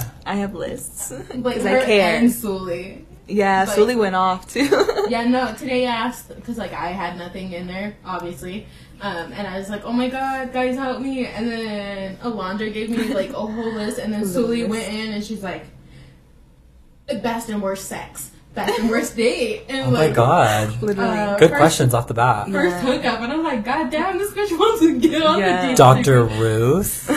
Speaker 1: that.
Speaker 3: I have lists.
Speaker 2: Like
Speaker 3: I
Speaker 2: her
Speaker 3: care.
Speaker 2: and Sully.
Speaker 3: Yeah,
Speaker 2: But-
Speaker 3: Sully went off too.
Speaker 2: yeah, no, today I asked, because, like, I had nothing in there, obviously. Um, and I was like, oh my god, guys, help me. And then Alondra gave me, like, a whole list. And then Sully
Speaker 3: list.
Speaker 2: went in and she's like, best and worst sex, best and worst date. And
Speaker 1: Oh my
Speaker 2: like,
Speaker 1: god.
Speaker 3: Literally.
Speaker 2: uh,
Speaker 1: Good
Speaker 2: first-
Speaker 1: questions off the bat.
Speaker 3: Yeah.
Speaker 2: First hookup, and I'm like, god damn, this bitch wants to get on
Speaker 3: Yeah.
Speaker 2: the date.
Speaker 1: Dr. Ruth?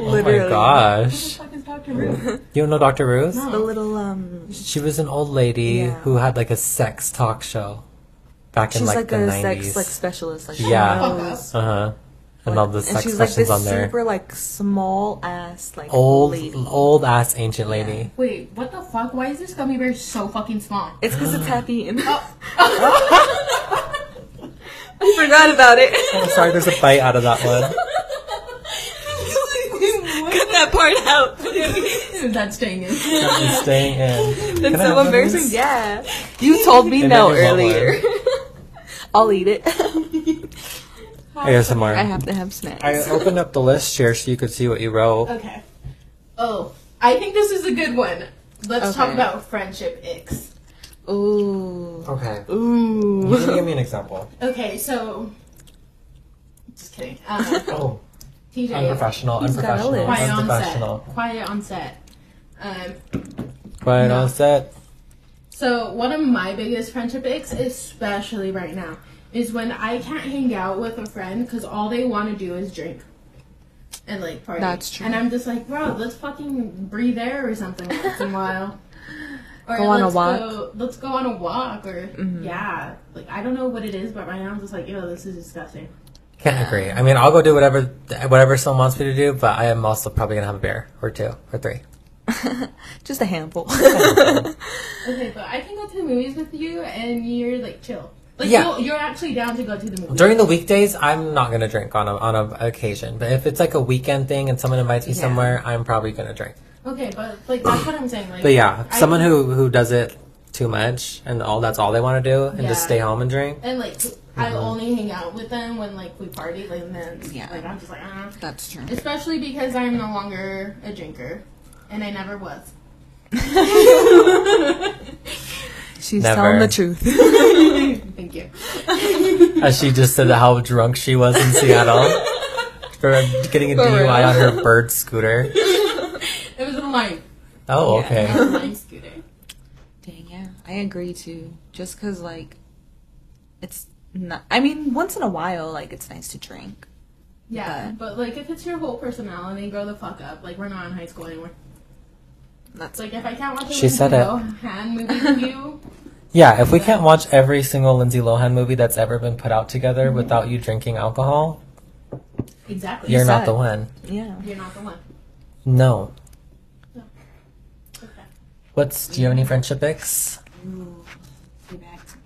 Speaker 1: Oh my
Speaker 3: Literally.
Speaker 2: Who the
Speaker 1: gosh.
Speaker 2: fuck is Dr. Ruth?
Speaker 1: You don't know Dr. Ruth?
Speaker 2: No.
Speaker 3: the little um
Speaker 1: She was an old lady
Speaker 3: Yeah.
Speaker 1: who had like a sex talk show back
Speaker 3: she's
Speaker 1: in like,
Speaker 3: like,
Speaker 1: the
Speaker 3: a
Speaker 1: 90s.
Speaker 3: sex like specialist. Like she
Speaker 1: Yeah.
Speaker 3: knows,
Speaker 1: uh huh. And all the sex
Speaker 3: she's like
Speaker 1: questions
Speaker 3: this
Speaker 1: on there.
Speaker 3: super like small ass like
Speaker 1: old,
Speaker 3: lady.
Speaker 1: old ass ancient lady.
Speaker 2: Wait, what the fuck? Why is this gummy bear so fucking small?
Speaker 3: It's because it's happy and I forgot about it.
Speaker 1: I'm sorry, there's a bite out of that one.
Speaker 3: Cut that part out.
Speaker 2: That's staying in.
Speaker 1: It's staying in. Can
Speaker 3: That's
Speaker 1: I
Speaker 3: so
Speaker 1: have
Speaker 3: embarrassing.
Speaker 1: those?
Speaker 3: Yeah. You told me
Speaker 1: And
Speaker 3: no
Speaker 1: then you want
Speaker 3: earlier. I'll eat it.
Speaker 1: Here's some more.
Speaker 3: I have to have snacks.
Speaker 1: I opened up the list here so you could see what you wrote.
Speaker 2: Okay. Oh, I think this is a good one. Let's talk
Speaker 3: Okay.
Speaker 2: about friendship icks.
Speaker 3: Ooh.
Speaker 1: Okay.
Speaker 3: Ooh.
Speaker 1: give me an example.
Speaker 2: Okay, so. Just kidding. Um,
Speaker 1: Oh,
Speaker 2: TJ.
Speaker 1: unprofessional,
Speaker 3: He's got a
Speaker 1: unprofessional,
Speaker 3: list.
Speaker 2: Quiet on set.
Speaker 1: unprofessional.
Speaker 2: Quiet on set. Um,
Speaker 1: Quiet
Speaker 2: No.
Speaker 1: on set.
Speaker 2: So one of my biggest friendship icks, especially right now, is when I can't hang out with a friend because all they want to do is drink and like party.
Speaker 3: That's true.
Speaker 2: And I'm just like, bro, let's fucking breathe air or something once in a while. Or
Speaker 3: Go on a
Speaker 2: let's
Speaker 3: walk. Mm-hmm.
Speaker 2: Go, let's go on a walk or yeah. Like I don't know what it is, but right now I'm just like, yo, this is disgusting.
Speaker 1: Can't agree. I mean, I'll go do whatever whatever someone wants me to do, but I am also probably gonna have a beer or two or three.
Speaker 3: Just a handful.
Speaker 2: Okay, but I can go to the movies with you and you're like chill. Like
Speaker 1: Yeah.
Speaker 2: you'll- you're actually down to go to the movies.
Speaker 1: During the weekdays, I'm not gonna drink on a, on a occasion, but if it's like a weekend thing and someone invites me
Speaker 3: Yeah.
Speaker 1: somewhere, I'm probably gonna drink.
Speaker 2: okay, but like that's what I'm saying. Like,
Speaker 1: But yeah,
Speaker 2: I-
Speaker 1: someone who who does it too much and all that's all they want to do and just
Speaker 2: Yeah.
Speaker 1: stay home and drink.
Speaker 2: And like
Speaker 1: Mhm.
Speaker 2: I only hang out with them when like we party, like and then
Speaker 3: Yeah.
Speaker 2: like I'm just like ah.
Speaker 3: That's true.
Speaker 2: Especially because I'm no longer a drinker, and I never was.
Speaker 3: She's
Speaker 1: Never.
Speaker 3: telling the truth.
Speaker 2: Thank you.
Speaker 1: As she just said how drunk she was in Seattle for getting a
Speaker 3: For real.
Speaker 1: DUI on her bird scooter.
Speaker 2: It was a line,
Speaker 1: Oh,
Speaker 3: Yeah.
Speaker 1: okay.
Speaker 2: a line scooter.
Speaker 3: Dang, yeah. I agree too. Just because, like, it's not. I mean, once in a while, like, it's nice to drink.
Speaker 2: Yeah,
Speaker 3: Okay.
Speaker 2: but like if it's your whole personality, grow the fuck up. Like we're not in high school anymore. It's
Speaker 3: That's
Speaker 2: like if I can't watch a
Speaker 1: She said it.
Speaker 2: hand movie with you,
Speaker 1: Yeah, if we can't watch every single Lindsay Lohan movie that's ever been put out together without you drinking alcohol,
Speaker 2: exactly.
Speaker 1: you're
Speaker 3: You
Speaker 1: not
Speaker 3: suck.
Speaker 1: the one.
Speaker 3: yeah.
Speaker 2: You're not the one.
Speaker 1: No.
Speaker 2: Okay.
Speaker 1: What's do you have any friendship icks?
Speaker 3: Get back to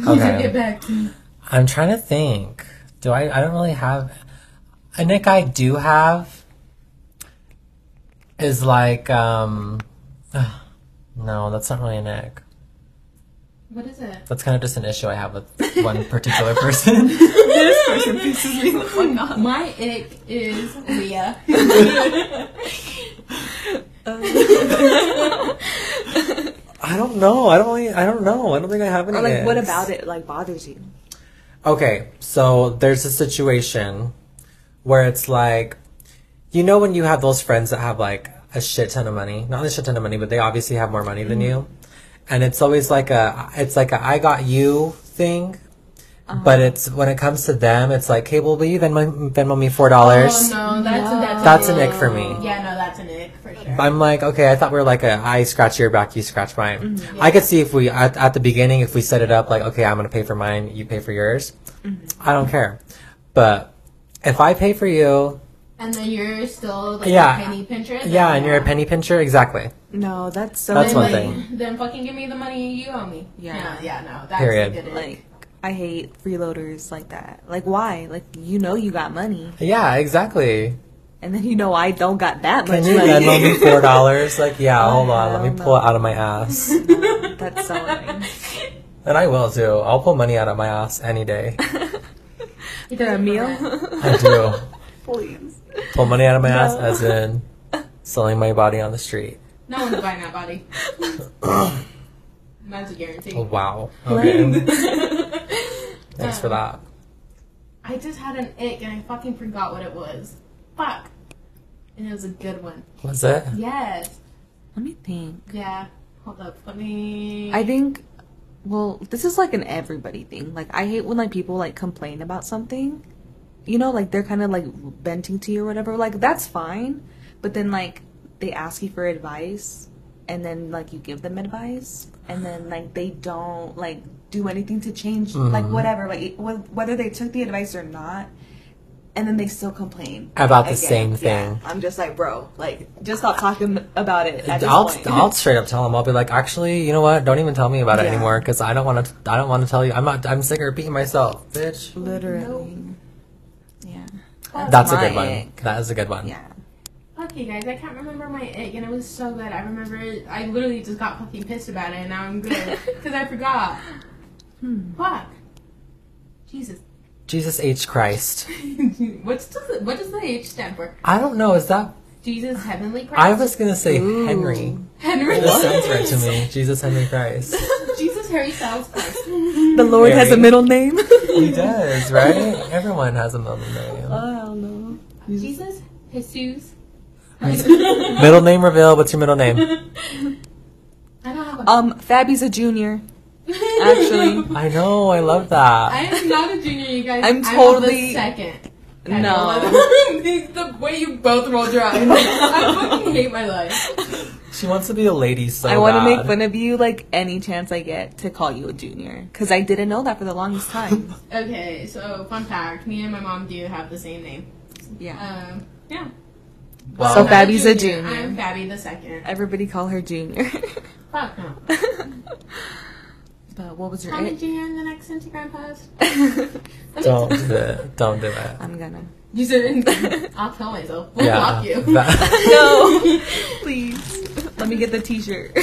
Speaker 3: me.
Speaker 2: Get
Speaker 1: Okay.
Speaker 2: back. to-
Speaker 1: I'm trying to think. Do I I don't really have a nick I do have is like um no, that's not really a nick.
Speaker 2: What is it?
Speaker 1: That's kind of just an issue I have with one particular person.
Speaker 4: this person pisses me the fuck off.
Speaker 2: Uh, My ick is Leah.
Speaker 1: I don't know. I don't really, I don't know. I don't think I have any.
Speaker 3: Or, like, what
Speaker 1: icks.
Speaker 3: about it, like, bothers you?
Speaker 1: Okay, so there's a situation where it's like, you know, when you have those friends that have like a shit ton of money, not a shit ton of money, but they obviously have more money than
Speaker 2: Mm-hmm.
Speaker 1: you, and it's always like a, it's like a I got you thing.
Speaker 2: Uh-huh.
Speaker 1: But it's when it comes to them, it's like, hey, well, will you Venmo, Venmo me four dollars?
Speaker 2: Oh no, that's that's
Speaker 1: That's
Speaker 2: a
Speaker 1: an ick for me.
Speaker 2: Yeah, no, that's an ick for sure.
Speaker 1: I'm like, okay, I thought we were like a I scratch your back, you scratch mine. I could see if we at, at the beginning if we set it up like, okay, I'm gonna pay for mine, you pay for yours. I don't care, but if I pay for you,
Speaker 2: And then you're still like
Speaker 1: Yeah.
Speaker 2: a penny pincher. then
Speaker 1: yeah, and you're a penny pincher, exactly.
Speaker 3: No, that's so.
Speaker 1: That's
Speaker 2: Then,
Speaker 1: one
Speaker 2: like,
Speaker 1: thing.
Speaker 2: Then fucking give me the money you owe me.
Speaker 3: Yeah.
Speaker 2: no, yeah, no. That's
Speaker 1: Period.
Speaker 2: A good ick.
Speaker 3: Like, I hate freeloaders like that. Like, why? Like, you know you got money,
Speaker 1: Yeah, exactly.
Speaker 3: and then you know I don't got that
Speaker 1: Can
Speaker 3: much
Speaker 1: you
Speaker 3: money.
Speaker 1: Venmo me four dollars? Like, yeah, hold
Speaker 3: Oh,
Speaker 1: on, let me
Speaker 3: hell
Speaker 1: pull it
Speaker 3: no.
Speaker 1: out of my ass,
Speaker 3: That's so annoying.
Speaker 1: and I will too. I'll pull money out of my ass any day.
Speaker 2: It
Speaker 3: For a
Speaker 2: doesn't
Speaker 3: meal?
Speaker 2: matter.
Speaker 1: I do
Speaker 3: Please.
Speaker 1: pull money out of my
Speaker 3: No.
Speaker 1: ass, as in selling my body on the street.
Speaker 2: No one's buying that body. is guaranteed.
Speaker 1: Oh, wow. Okay. Thanks for that.
Speaker 2: I just had an ick and I fucking forgot what it was. Fuck. And it was a good one.
Speaker 1: Was it?
Speaker 2: Yes.
Speaker 3: Let me think.
Speaker 2: Yeah. Hold up. Let me.
Speaker 3: I think, well, this is like an everybody thing. Like, I hate when like people like complain about something. You know, like they're kind of like venting to you or whatever. Like that's fine, but then like they ask you for advice, and then like you give them advice, and then like they don't like do anything to change like
Speaker 1: Mm-hmm.
Speaker 3: whatever like it- wh- whether they took the advice or not, and then they still complain
Speaker 1: About the
Speaker 3: again.
Speaker 1: same
Speaker 3: Yeah.
Speaker 1: thing.
Speaker 3: I'm just like, bro, like just stop talking about it. At this
Speaker 1: I'll,
Speaker 3: point.
Speaker 1: I'll straight up tell him. I'll be like, actually, you know what? Don't even tell me about it
Speaker 3: Yeah.
Speaker 1: anymore because I don't want to. I don't want to tell you. I'm not. I'm sick of repeating myself, bitch.
Speaker 3: Literally. Yeah.
Speaker 1: That's a good
Speaker 3: my
Speaker 1: one.
Speaker 3: ick.
Speaker 1: That is a good one.
Speaker 3: Yeah.
Speaker 2: Fuck you guys. I can't remember my ick and it was so good. I remember. it- I literally just got fucking pissed about it and now I'm good because I forgot. Hmm. Fuck. Jesus.
Speaker 1: Jesus H Christ.
Speaker 2: What's the, what does the H stand for?
Speaker 1: I don't know. Is that?
Speaker 2: Jesus Heavenly Christ.
Speaker 1: I was gonna say Henry.
Speaker 2: Henry.
Speaker 1: This sounds right to me. Jesus Henry Christ.
Speaker 2: Jesus Harry Styles Christ.
Speaker 3: The Lord
Speaker 1: has a
Speaker 3: middle name.
Speaker 1: he does, right? Everyone has a middle name.
Speaker 3: oh no.
Speaker 2: Jesus Jesus.
Speaker 1: Middle name reveal. What's your middle name?
Speaker 2: I don't have a.
Speaker 3: Um, Fabby's a junior. Actually,
Speaker 1: I know. I love that.
Speaker 2: I am not a junior, you guys.
Speaker 3: I'm
Speaker 2: I am
Speaker 3: totally-
Speaker 2: the second.
Speaker 3: no.
Speaker 2: the way you both rolled your eyes. I fucking hate my life.
Speaker 1: she wants to be a lady so
Speaker 3: I want to make
Speaker 1: bad.
Speaker 3: fun of you like any chance I get to call you a junior because I didn't know that for the longest time.
Speaker 2: Okay, so fun fact: me and my mom do have the same name.
Speaker 3: Yeah.
Speaker 2: Um, yeah.
Speaker 1: Wow.
Speaker 2: I'm
Speaker 3: So Fabby's a junior.
Speaker 2: I'm Fabby the second.
Speaker 3: Everybody call her junior.
Speaker 2: Fuck no.
Speaker 3: but what was your
Speaker 2: Comment
Speaker 3: it?
Speaker 2: junior in the next Instagram post. Let me-
Speaker 1: Don't do it. Don't do it.
Speaker 3: I'm gonna.
Speaker 2: You said I'll kill myself. We'll block you.
Speaker 1: That-
Speaker 3: No, please. Let me get the T-shirt.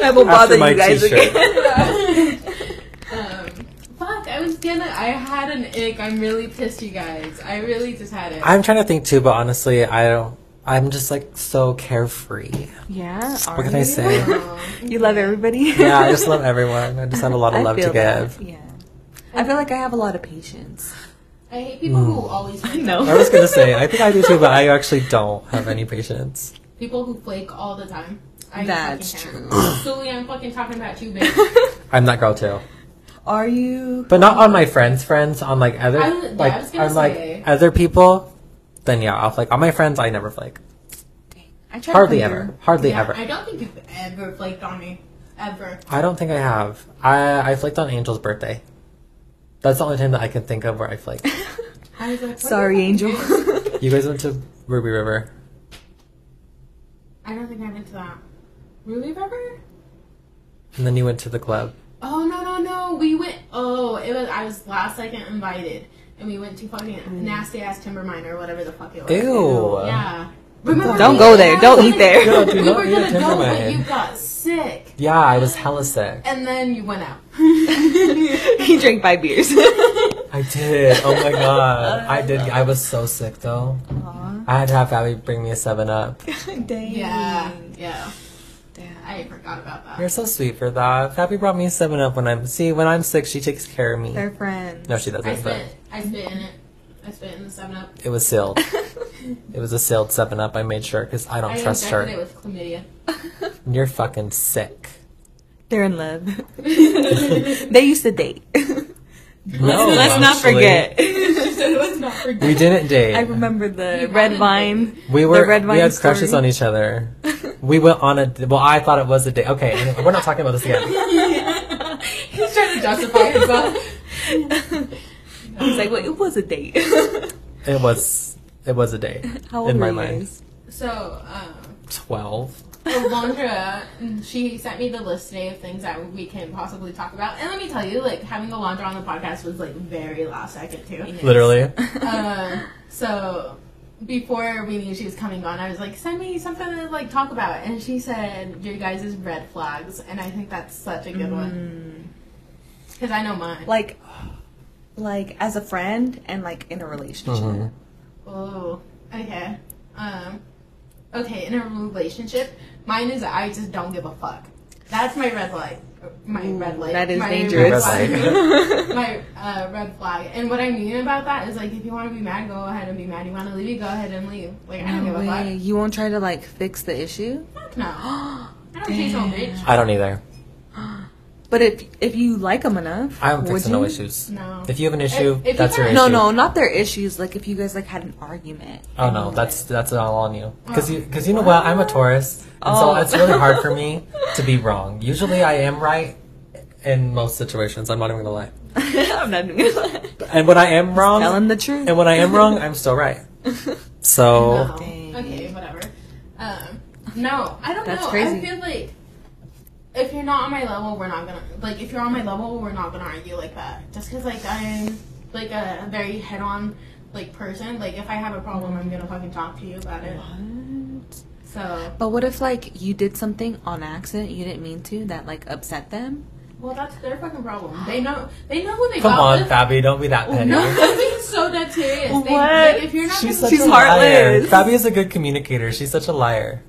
Speaker 3: I will bother
Speaker 1: my
Speaker 3: you guys
Speaker 1: t-shirt.
Speaker 3: again.
Speaker 2: Um, fuck, I was gonna. I had an ick. I'm really pissed, you guys. I really just had it.
Speaker 1: I'm trying to think too, but honestly, I don't. I'm just like so carefree.
Speaker 3: Yeah.
Speaker 1: What can I say?
Speaker 2: Um,
Speaker 3: You love everybody.
Speaker 1: Yeah, I just love everyone. I just have a lot of love to
Speaker 3: feel that,
Speaker 1: give.
Speaker 3: Yeah. I feel like I have a lot of patience.
Speaker 2: I hate people who always flake.
Speaker 1: I was gonna say, I think I do too, but I actually don't have any patience.
Speaker 2: People who flake all the time. I
Speaker 3: That's
Speaker 2: fucking
Speaker 3: true.
Speaker 2: can't. Sully, I'm fucking talking about you, bitch.
Speaker 1: I'm that girl too,
Speaker 3: Are you?
Speaker 1: but not on my friends' friends. On like other,
Speaker 2: I was- yeah, I
Speaker 1: like
Speaker 2: was gonna
Speaker 1: on, like,
Speaker 2: say.
Speaker 1: other people. Then yeah, I'll flake. On my friends, I never flake.
Speaker 3: I try
Speaker 1: Hardly
Speaker 3: to
Speaker 1: ever. Hardly
Speaker 2: Mm-hmm. Yeah,
Speaker 1: ever.
Speaker 2: I don't think you've ever flaked on me. Ever.
Speaker 1: I don't think I have. I I flaked on Angel's birthday. That's the only time that I can think of where I flaked.
Speaker 2: I was like, what
Speaker 3: Sorry,
Speaker 2: the fuck
Speaker 3: Angel.
Speaker 2: is this?
Speaker 1: you guys went to Ruby River.
Speaker 2: I don't think I went to that. Ruby River?
Speaker 1: And then you went to the club.
Speaker 2: Oh no no no! We went. Oh, it was. I was last second invited, and we went to fucking nasty ass Timbermine or whatever the fuck it was.
Speaker 1: Ew.
Speaker 2: Yeah. Remember
Speaker 3: Don't
Speaker 2: we-
Speaker 3: go there.
Speaker 2: we
Speaker 3: Don't
Speaker 2: were
Speaker 3: eat there.
Speaker 2: gonna-
Speaker 1: No, do
Speaker 2: we
Speaker 1: not
Speaker 2: were
Speaker 1: eat
Speaker 2: gonna
Speaker 1: at
Speaker 2: go, but
Speaker 1: Timberline.
Speaker 2: you got sick,
Speaker 1: Yeah, I was hella sick.
Speaker 2: and then you went out.
Speaker 3: he drank five beers.
Speaker 1: I did. Oh my god. I did. I was so sick though. I had to have Abby bring me a 7 Up.
Speaker 3: Dang.
Speaker 2: yeah, yeah.
Speaker 3: Damn.
Speaker 2: I forgot about that.
Speaker 1: You're so sweet for that. Abby brought me a 7 Up when I'm. See, when I'm sick, she takes care of me.
Speaker 3: They're friends.
Speaker 1: No, she
Speaker 2: I
Speaker 1: doesn't, but
Speaker 2: spit. I spit in it. I spit in the Seven Up.
Speaker 1: it was sealed. it was a sealed 7 Up. I made sure because I don't
Speaker 2: I
Speaker 1: trust her.
Speaker 2: infected it with chlamydia.
Speaker 1: You're fucking sick.
Speaker 3: They're in love. they used to date.
Speaker 1: No,
Speaker 3: Let's not
Speaker 1: actually.
Speaker 3: forget.
Speaker 2: she said, "Let's not forget."
Speaker 1: We didn't date.
Speaker 3: I remember the
Speaker 2: You
Speaker 3: red
Speaker 2: haven't
Speaker 3: vine.
Speaker 1: We were
Speaker 3: red
Speaker 1: we
Speaker 3: wine
Speaker 1: had crushes
Speaker 3: story.
Speaker 1: on each other. we went on a well. I thought it was a date. Okay, anyway, we're not talking about this again.
Speaker 2: He's trying to justify himself.
Speaker 3: He's like, well, it was a date.
Speaker 1: It was it was a date
Speaker 3: How old
Speaker 1: in
Speaker 3: were
Speaker 1: my
Speaker 3: you
Speaker 1: mind.
Speaker 3: guys?
Speaker 2: so. Um,
Speaker 1: Twelve.
Speaker 2: Alondra, she sent me the list today of things that we can possibly talk about. And let me tell you, like having Alondra on the podcast was like very last second too.
Speaker 1: Literally.
Speaker 2: Uh, so before we knew she was coming on, I was like, send me something to like talk about. And she said, your guys' is red flags, and I think that's such a good one because I know mine.
Speaker 3: Like, like as a friend and like in a relationship.
Speaker 1: Mhm.
Speaker 2: Oh, okay. Um, okay, in a relationship, mine is I just don't give a fuck. That's my red light. My red light.
Speaker 3: that is
Speaker 2: my
Speaker 3: dangerous.
Speaker 1: Red
Speaker 2: flag.
Speaker 1: Uh-huh.
Speaker 2: my uh, red flag. And what I mean about that is like, if you want to be mad, go ahead and be mad. You want to leave, go ahead and leave. Like I don't give a
Speaker 3: No way.
Speaker 2: fuck.
Speaker 3: You won't try to like fix the issue?
Speaker 2: Fuck no. I don't change no bitch.
Speaker 1: I don't either.
Speaker 3: But if if you like them enough,
Speaker 1: I don't
Speaker 3: would
Speaker 1: fix
Speaker 3: you?
Speaker 1: no issues.
Speaker 2: No.
Speaker 1: If you have an issue,
Speaker 2: If- if you
Speaker 1: that's your
Speaker 2: have-
Speaker 1: issue.
Speaker 3: No, no, not their issues. Like if you guys like had an argument.
Speaker 1: Oh no, that's that's all on you. Because you because you know what? I'm a Taurus, and so
Speaker 3: Oh.
Speaker 1: it's really hard for me to be wrong. Usually, I am right in most situations. I'm not even gonna lie.
Speaker 3: I'm not even gonna
Speaker 1: And when I am wrong,
Speaker 3: Tell 'em the truth.
Speaker 1: and when I am wrong, I'm still right.
Speaker 2: No.
Speaker 1: So
Speaker 3: Dang.
Speaker 2: Okay, whatever. Um, no, I don't
Speaker 3: That's
Speaker 2: know.
Speaker 3: crazy.
Speaker 2: I feel like if you're not on my level, we're not gonna like. If you're on my level, we're not gonna argue like that. Just because like I'm like a very head-on like person. Like if I have a problem, I'm gonna fucking talk to you about it.
Speaker 3: What?
Speaker 2: So
Speaker 3: But what if like you did something on accident you didn't mean to that like upset them?
Speaker 2: well, that's their fucking problem. They know. They know who they
Speaker 1: come
Speaker 2: got
Speaker 1: on,
Speaker 2: with.
Speaker 1: Fabi, don't be that petty.
Speaker 2: No, I'm being so dead serious. They,
Speaker 3: What?
Speaker 2: Like, if you're not
Speaker 1: She's
Speaker 2: gonna
Speaker 1: such
Speaker 3: She's
Speaker 1: a liar.
Speaker 3: heartless.
Speaker 1: Fabi is a good communicator. She's such a liar.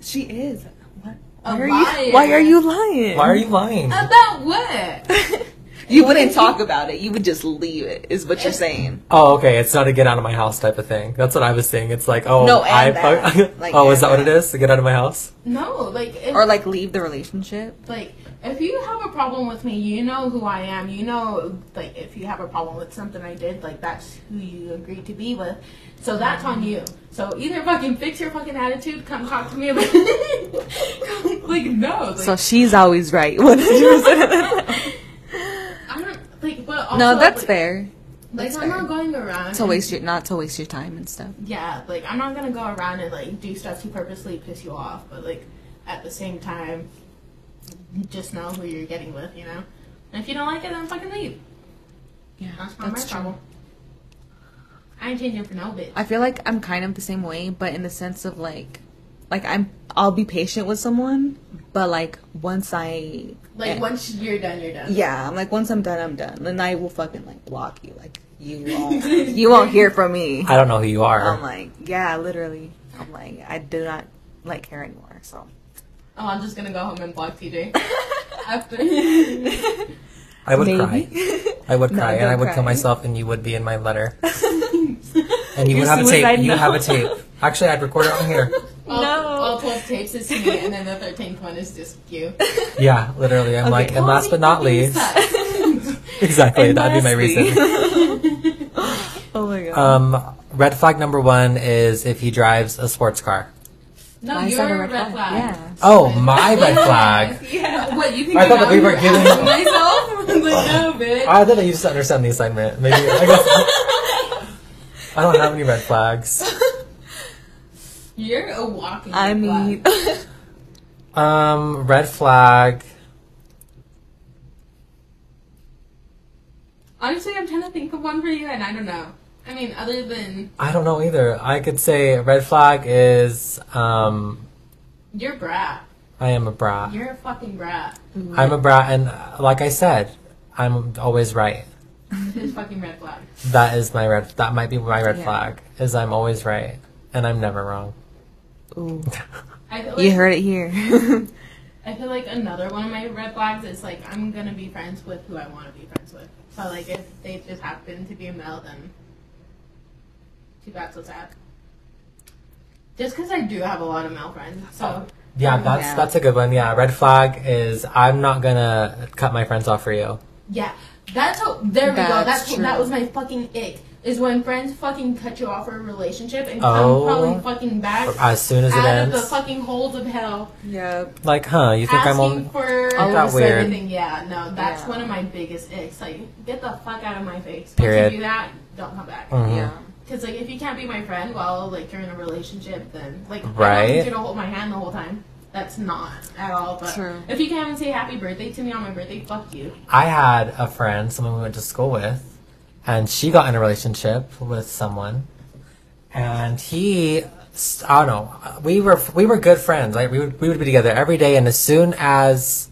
Speaker 3: She is. What?
Speaker 2: A
Speaker 3: Why are,
Speaker 2: liar.
Speaker 3: you, why are you lying?
Speaker 1: Why are you lying?
Speaker 2: about what?
Speaker 3: you wouldn't talk about it. You would just leave it. Is what you're saying.
Speaker 1: Oh, okay. It's not a get out of my house type of thing. That's what I was saying. It's like, oh,
Speaker 3: No, and
Speaker 1: I
Speaker 3: that.
Speaker 1: fuck-
Speaker 3: Like,
Speaker 1: oh,
Speaker 3: and
Speaker 1: is that what it
Speaker 3: that.
Speaker 1: is? To get out of my house?
Speaker 2: No, like if,
Speaker 3: Or like leave the relationship.
Speaker 2: like if you have a problem with me you know who i am you know like if you have a problem with something i did like that's who you agreed to be with so that's on you so either fucking fix your fucking attitude come talk to me about it like no like,
Speaker 3: So she's always right. What did you say?
Speaker 2: i don't like but also,
Speaker 3: No, that's
Speaker 2: like,
Speaker 3: fair.
Speaker 2: like
Speaker 3: That's
Speaker 2: i'm
Speaker 3: fair.
Speaker 2: not going around
Speaker 3: To waste your not to waste your time and stuff.
Speaker 2: yeah like i'm not gonna go around and like do stuff to purposely piss you off but like at the same time just know who you're getting with you know and if you don't like it then fucking leave
Speaker 3: Yeah,
Speaker 2: That's not my problem. I ain't changing for no bitch.
Speaker 3: I feel like I'm kind of the same way, but in the sense of like, like I'm, I'll be patient with someone, but like once I, eh,
Speaker 2: Like once you're done, you're done.
Speaker 3: yeah, I'm like once I'm done, I'm done. Then I will fucking like block you, like you won't, you won't hear from me.
Speaker 1: I don't know who you are.
Speaker 3: I'm like, yeah, literally. I'm like, I do not like care anymore. So
Speaker 2: Oh, I'm just gonna go home and block TJ. After. no,
Speaker 1: I would
Speaker 3: maybe.
Speaker 1: cry. I would
Speaker 3: No,
Speaker 1: cry, and
Speaker 3: don't
Speaker 1: I would kill
Speaker 3: cry.
Speaker 1: myself, and you would be in my letter, and you
Speaker 3: Your
Speaker 1: would have a
Speaker 3: suicide
Speaker 1: tape. You
Speaker 3: note.
Speaker 1: have a tape. Actually, I'd record it on here.
Speaker 2: all,
Speaker 3: No.
Speaker 2: all twelve tapes is me, and then the thirteenth one is just you.
Speaker 1: Yeah, literally. I'm like,
Speaker 3: Okay.
Speaker 1: and last but not least, exactly.
Speaker 3: And
Speaker 1: That'd be my
Speaker 3: lastly.
Speaker 1: reason.
Speaker 3: oh my god.
Speaker 1: Um, red flag number one is if he drives a sports car.
Speaker 2: No,
Speaker 3: Why is
Speaker 2: you're
Speaker 3: that
Speaker 2: a red flag.
Speaker 3: Yeah.
Speaker 1: Oh, my red flag.
Speaker 2: Yeah. What you think?
Speaker 1: I thought that we were
Speaker 2: giving
Speaker 1: giving-
Speaker 2: myself. like no, bitch.
Speaker 1: I thought that you just understand the assignment. Maybe I guess. I don't have any red flags.
Speaker 2: You're a walking.
Speaker 3: I
Speaker 2: red
Speaker 3: mean,
Speaker 2: flag.
Speaker 1: Um, red flag.
Speaker 2: honestly, I'm trying to think of one for you, and I don't know. I mean, other than
Speaker 1: I don't know either. I could say red flag is um,
Speaker 2: you're a brat.
Speaker 1: I am a brat.
Speaker 2: You're a fucking brat.
Speaker 1: I'm a brat, and uh, like I said, I'm always right.
Speaker 2: It's fucking red flag.
Speaker 1: That is my red. That might be my red
Speaker 3: Yeah.
Speaker 1: flag. Is I'm always right, and I'm never wrong.
Speaker 3: Ooh.
Speaker 2: I feel like,
Speaker 3: you heard it here.
Speaker 2: I feel like another one of my red flags is like I'm gonna be friends with who I want to be friends with. So like if they just happen to be a male, then too bad, so sad. Just because I do have a lot of male friends, so
Speaker 3: Oh.
Speaker 1: Yeah, that's
Speaker 3: Yeah.
Speaker 1: that's a good one. Yeah, red flag is I'm not gonna cut my friends off for you.
Speaker 2: yeah, that's how. There we go.
Speaker 3: That's
Speaker 2: That's
Speaker 3: true.
Speaker 2: that was my fucking ick. Is when friends fucking cut you off for a relationship and
Speaker 1: Oh.
Speaker 2: come crawling fucking back
Speaker 1: As soon as it
Speaker 2: out of the
Speaker 1: ends,
Speaker 2: fucking holes of hell,
Speaker 3: yep.
Speaker 1: like, huh? You think I'm
Speaker 2: asking
Speaker 1: on?
Speaker 2: for
Speaker 1: Ain't that
Speaker 3: of a sudden-
Speaker 1: weird?
Speaker 2: Everything, yeah, no, that's
Speaker 3: Yeah.
Speaker 2: one of my biggest icks. Like, get the fuck out of my face.
Speaker 1: Period.
Speaker 2: Once you do that, don't come back.
Speaker 1: Mhm.
Speaker 3: Yeah.
Speaker 2: Because, like, if you can't be my friend while, like, you're in a relationship, then, like, I don't
Speaker 1: Right.
Speaker 2: want you to hold my hand the whole time. That's not at all. But
Speaker 3: True.
Speaker 2: if you can't even say happy birthday to me on my birthday, fuck you.
Speaker 1: I had a friend, someone we went to school with, and she got in a relationship with someone, and he, I don't know, we were we were good friends. Like we would we would be together every day, and as soon as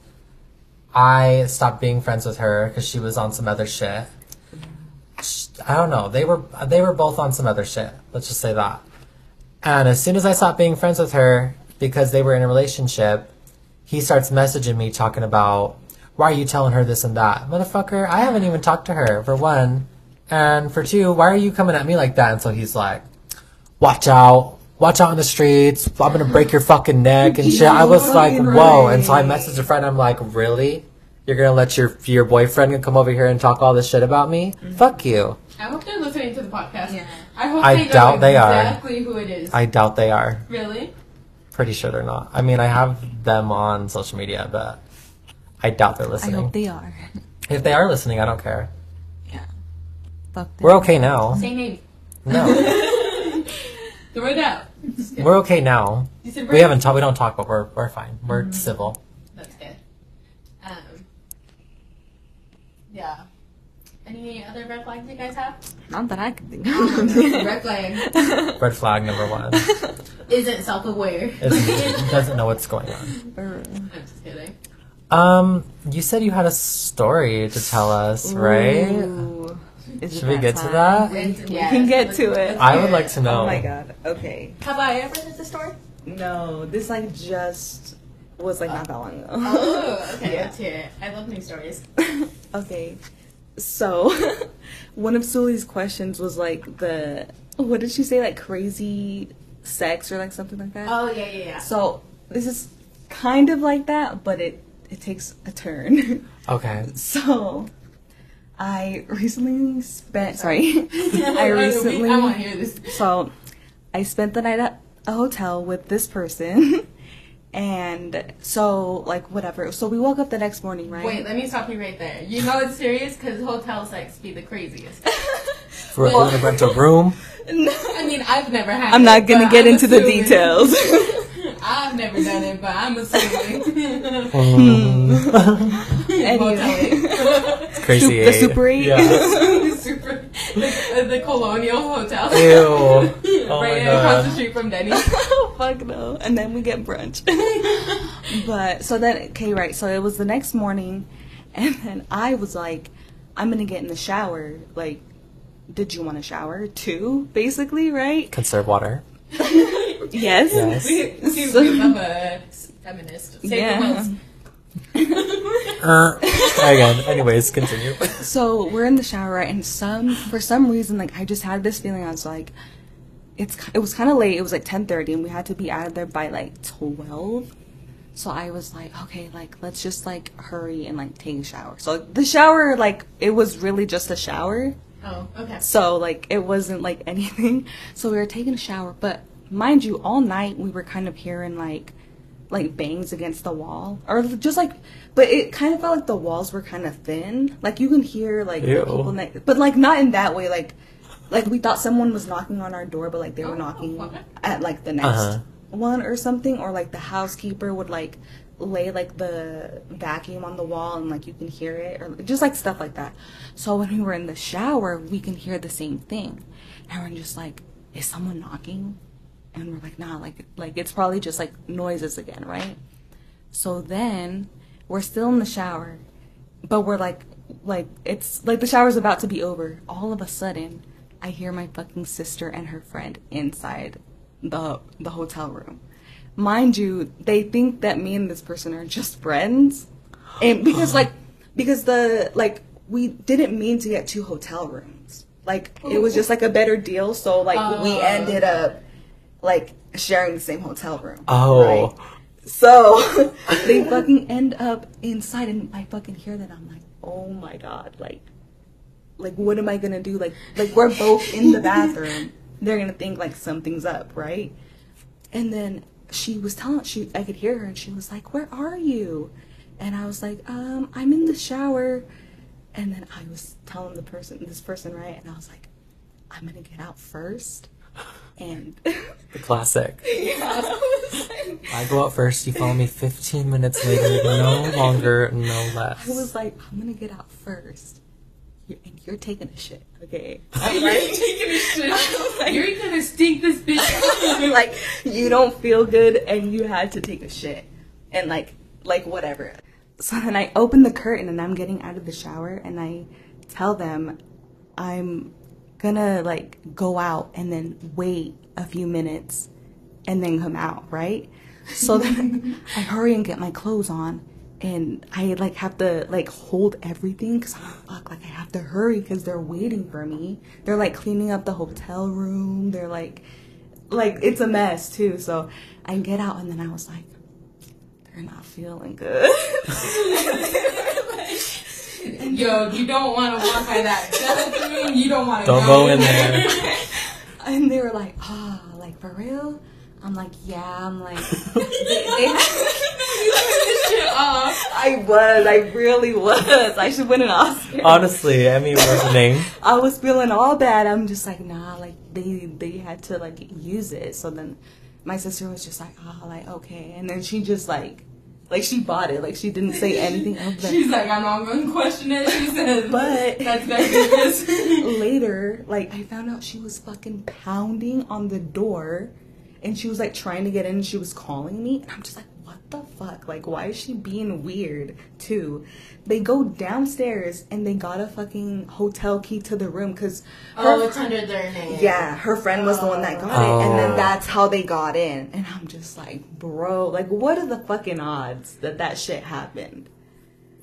Speaker 1: I stopped being friends with her because she was on some other shit, sh- I don't know. They were they were both on some other shit. Let's just say that. And as soon as I stopped being friends with her because they were in a relationship, he starts messaging me talking about why are you telling her this and that, motherfucker? I haven't even talked to her for one, and for two, why are you coming at me like that? And so he's like, watch out. Watch out on the streets. I'm gonna break your fucking neck and shit. I was like,
Speaker 3: Fucking
Speaker 1: whoa. And so I
Speaker 3: right.
Speaker 1: messaged a friend. I'm like, really? You're gonna let your your boyfriend come over here and talk all this shit about me? Fuck you.
Speaker 2: I hope they're listening to the podcast.
Speaker 3: Yeah.
Speaker 2: I hope
Speaker 1: I
Speaker 2: they know
Speaker 1: doubt they are.
Speaker 2: exactly who it is.
Speaker 1: I doubt they are.
Speaker 2: really?
Speaker 1: Pretty sure they're not. I mean, I have them on social media, but I doubt they're
Speaker 5: I
Speaker 1: listening.
Speaker 5: hope they are.
Speaker 1: if they are listening, I don't care.
Speaker 5: Fuck them.
Speaker 1: We're okay now.
Speaker 2: Say name.
Speaker 1: No,
Speaker 2: Throw it out.
Speaker 1: we're okay now.
Speaker 2: You said
Speaker 1: We haven't talked. We don't talk, but we're we're fine. We're civil.
Speaker 2: That's good. Um, yeah. Any other red flags you guys have?
Speaker 5: Not that I can think
Speaker 2: red
Speaker 5: of.
Speaker 2: flag
Speaker 1: Red flag number one.
Speaker 2: isn't self-aware.
Speaker 1: It doesn't know what's going on.
Speaker 2: I'm just kidding.
Speaker 1: Um, you said you had a story to tell us, right?
Speaker 5: Ooh. Is it
Speaker 1: Should we
Speaker 5: that
Speaker 1: get to
Speaker 5: time?
Speaker 1: that?
Speaker 2: Yeah,
Speaker 5: can get
Speaker 2: let's-
Speaker 5: to
Speaker 2: let's
Speaker 5: it.
Speaker 2: do
Speaker 1: I would like to know.
Speaker 3: Oh my god. Okay.
Speaker 2: Have I ever heard this story?
Speaker 3: No, this like just was like not that long ago.
Speaker 2: Oh, okay. Let's hear it. I love new stories.
Speaker 3: okay. So, one of Sully's questions was like the what did she say like crazy sex or like something like that.
Speaker 2: Oh yeah, yeah, yeah.
Speaker 3: so this is kind of like that, but it it takes a turn.
Speaker 1: Okay.
Speaker 3: so, I recently spent sorry, I recently
Speaker 2: I want to hear this.
Speaker 3: so I spent the night at a hotel with this person. And so, like, whatever. So we woke up the next morning, right?
Speaker 2: Wait, let me stop you right there. You know it's serious because hotel sex be the craziest.
Speaker 1: For we're gonna rent a room.
Speaker 2: I mean, I've never had.
Speaker 3: I'm
Speaker 2: it,
Speaker 3: not gonna
Speaker 2: but
Speaker 3: get
Speaker 2: I'm
Speaker 3: into the
Speaker 2: assuming-
Speaker 3: details.
Speaker 2: I've never done it, but I'm assuming.
Speaker 3: anyway,
Speaker 1: Crazy.
Speaker 3: the Super Eight.
Speaker 1: Yeah.
Speaker 2: Super, the, the Colonial Hotel.
Speaker 1: Ew. Oh
Speaker 2: right
Speaker 1: my
Speaker 2: across the
Speaker 1: god.
Speaker 2: street from Denny's.
Speaker 3: fuck no. And then we get brunch. but so then, okay, right. So it was the next morning, and then I was like, I'm gonna get in the shower. Like, did you want to shower too? Basically, right?
Speaker 1: Conserve water.
Speaker 3: Yes.
Speaker 1: Yes.
Speaker 2: we, we, we love a feminist. Save
Speaker 3: Yeah.
Speaker 2: the whales.
Speaker 1: Er. Again. Anyways, continue.
Speaker 3: So we're in the shower, right? And some for some reason, like I just had this feeling. I was like, it's ki- it was kind of late. It was like ten thirty, and we had to be out of there by like twelve. So I was like, okay, like let's just like hurry and like take a shower. So the shower, like it was really just a shower.
Speaker 2: Oh, okay.
Speaker 3: So like it wasn't like anything. So we were taking a shower, but mind you, all night we were kind of hearing like like bangs against the wall or just like but it kind of felt like the walls were kind of thin. Like you can hear like the
Speaker 1: Ew.
Speaker 3: people ne- but like not in that way like like we thought someone was knocking on our door but like they were
Speaker 2: Oh,
Speaker 3: knocking
Speaker 2: okay.
Speaker 3: at like the next
Speaker 1: Uh-huh.
Speaker 3: one or something or like the housekeeper would like lay like the vacuum on the wall and like you can hear it or just like stuff like that so when we were in the shower we can hear the same thing and we're just like is someone knocking and we're like nah like like it's probably just like noises again right so then we're still in the shower but we're like like it's like the shower's about to be over all of a sudden i hear my fucking sister and her friend inside the the hotel room mind you they think that me and this person are just friends and because like because the like we didn't mean to get two hotel rooms like it was just like a better deal so like we ended up like sharing the same hotel room
Speaker 1: Oh.
Speaker 3: right? So they fucking end up inside, and I fucking hear that. I'm like, oh my god, like, like what am I gonna do? Like, like we're both in the bathroom. They're gonna think like something's up, right? And then she was telling she I could hear her, and she was like, where are you? And I was like, um, I'm in the shower. And then I was telling the person, this person, right? And I was like, I'm gonna get out first. And
Speaker 1: Classic. I go out first. You follow me 15 minutes later. No longer, no less.
Speaker 3: I was like, I'm gonna get out first, You- and you're taking a shit, okay?
Speaker 2: You're taking a shit. You're gonna stink this bitch.
Speaker 3: like you don't feel good, and you had to take a shit, and like, like whatever. So then I open the curtain, and I'm getting out of the shower, and I tell them I'm gonna like go out and then wait a few minutes, and then come out, right? So then I hurry and get my clothes on, and I like have to like hold everything because fuck, like I have to hurry because they're waiting for me. They're like cleaning up the hotel room. They're like, like it's a mess too. So I get out, and then I was like, they're not feeling good.
Speaker 2: Yo, you don't want to walk by that bathroom. You don't want to
Speaker 1: Don't go in there.
Speaker 3: and they were like, ah, like for real? I'm like, yeah. I'm like, they, they had- I was, I really was. I should win an Oscar.
Speaker 1: Honestly, Emmy listening.
Speaker 3: I was feeling all bad. I'm just like, nah, like they they had to like use it. So then my sister was just like, ah, like okay, and then she just like, like she bought it. Like she didn't say anything of that.
Speaker 2: She's like, I'm not going to question it. She says,
Speaker 3: But-
Speaker 2: that's that business.
Speaker 3: later, like I found out she was fucking pounding on the door and she was like trying to get in, she was calling me, and I'm just like, what the fuck? Like why is she being weird too? They go downstairs and they got a fucking hotel key to the room because
Speaker 2: oh, it's under their name.
Speaker 3: yeah, her friend was the one that got it, and then that's how they got in. And I'm just like, bro, like, what are the fucking odds that that shit happened?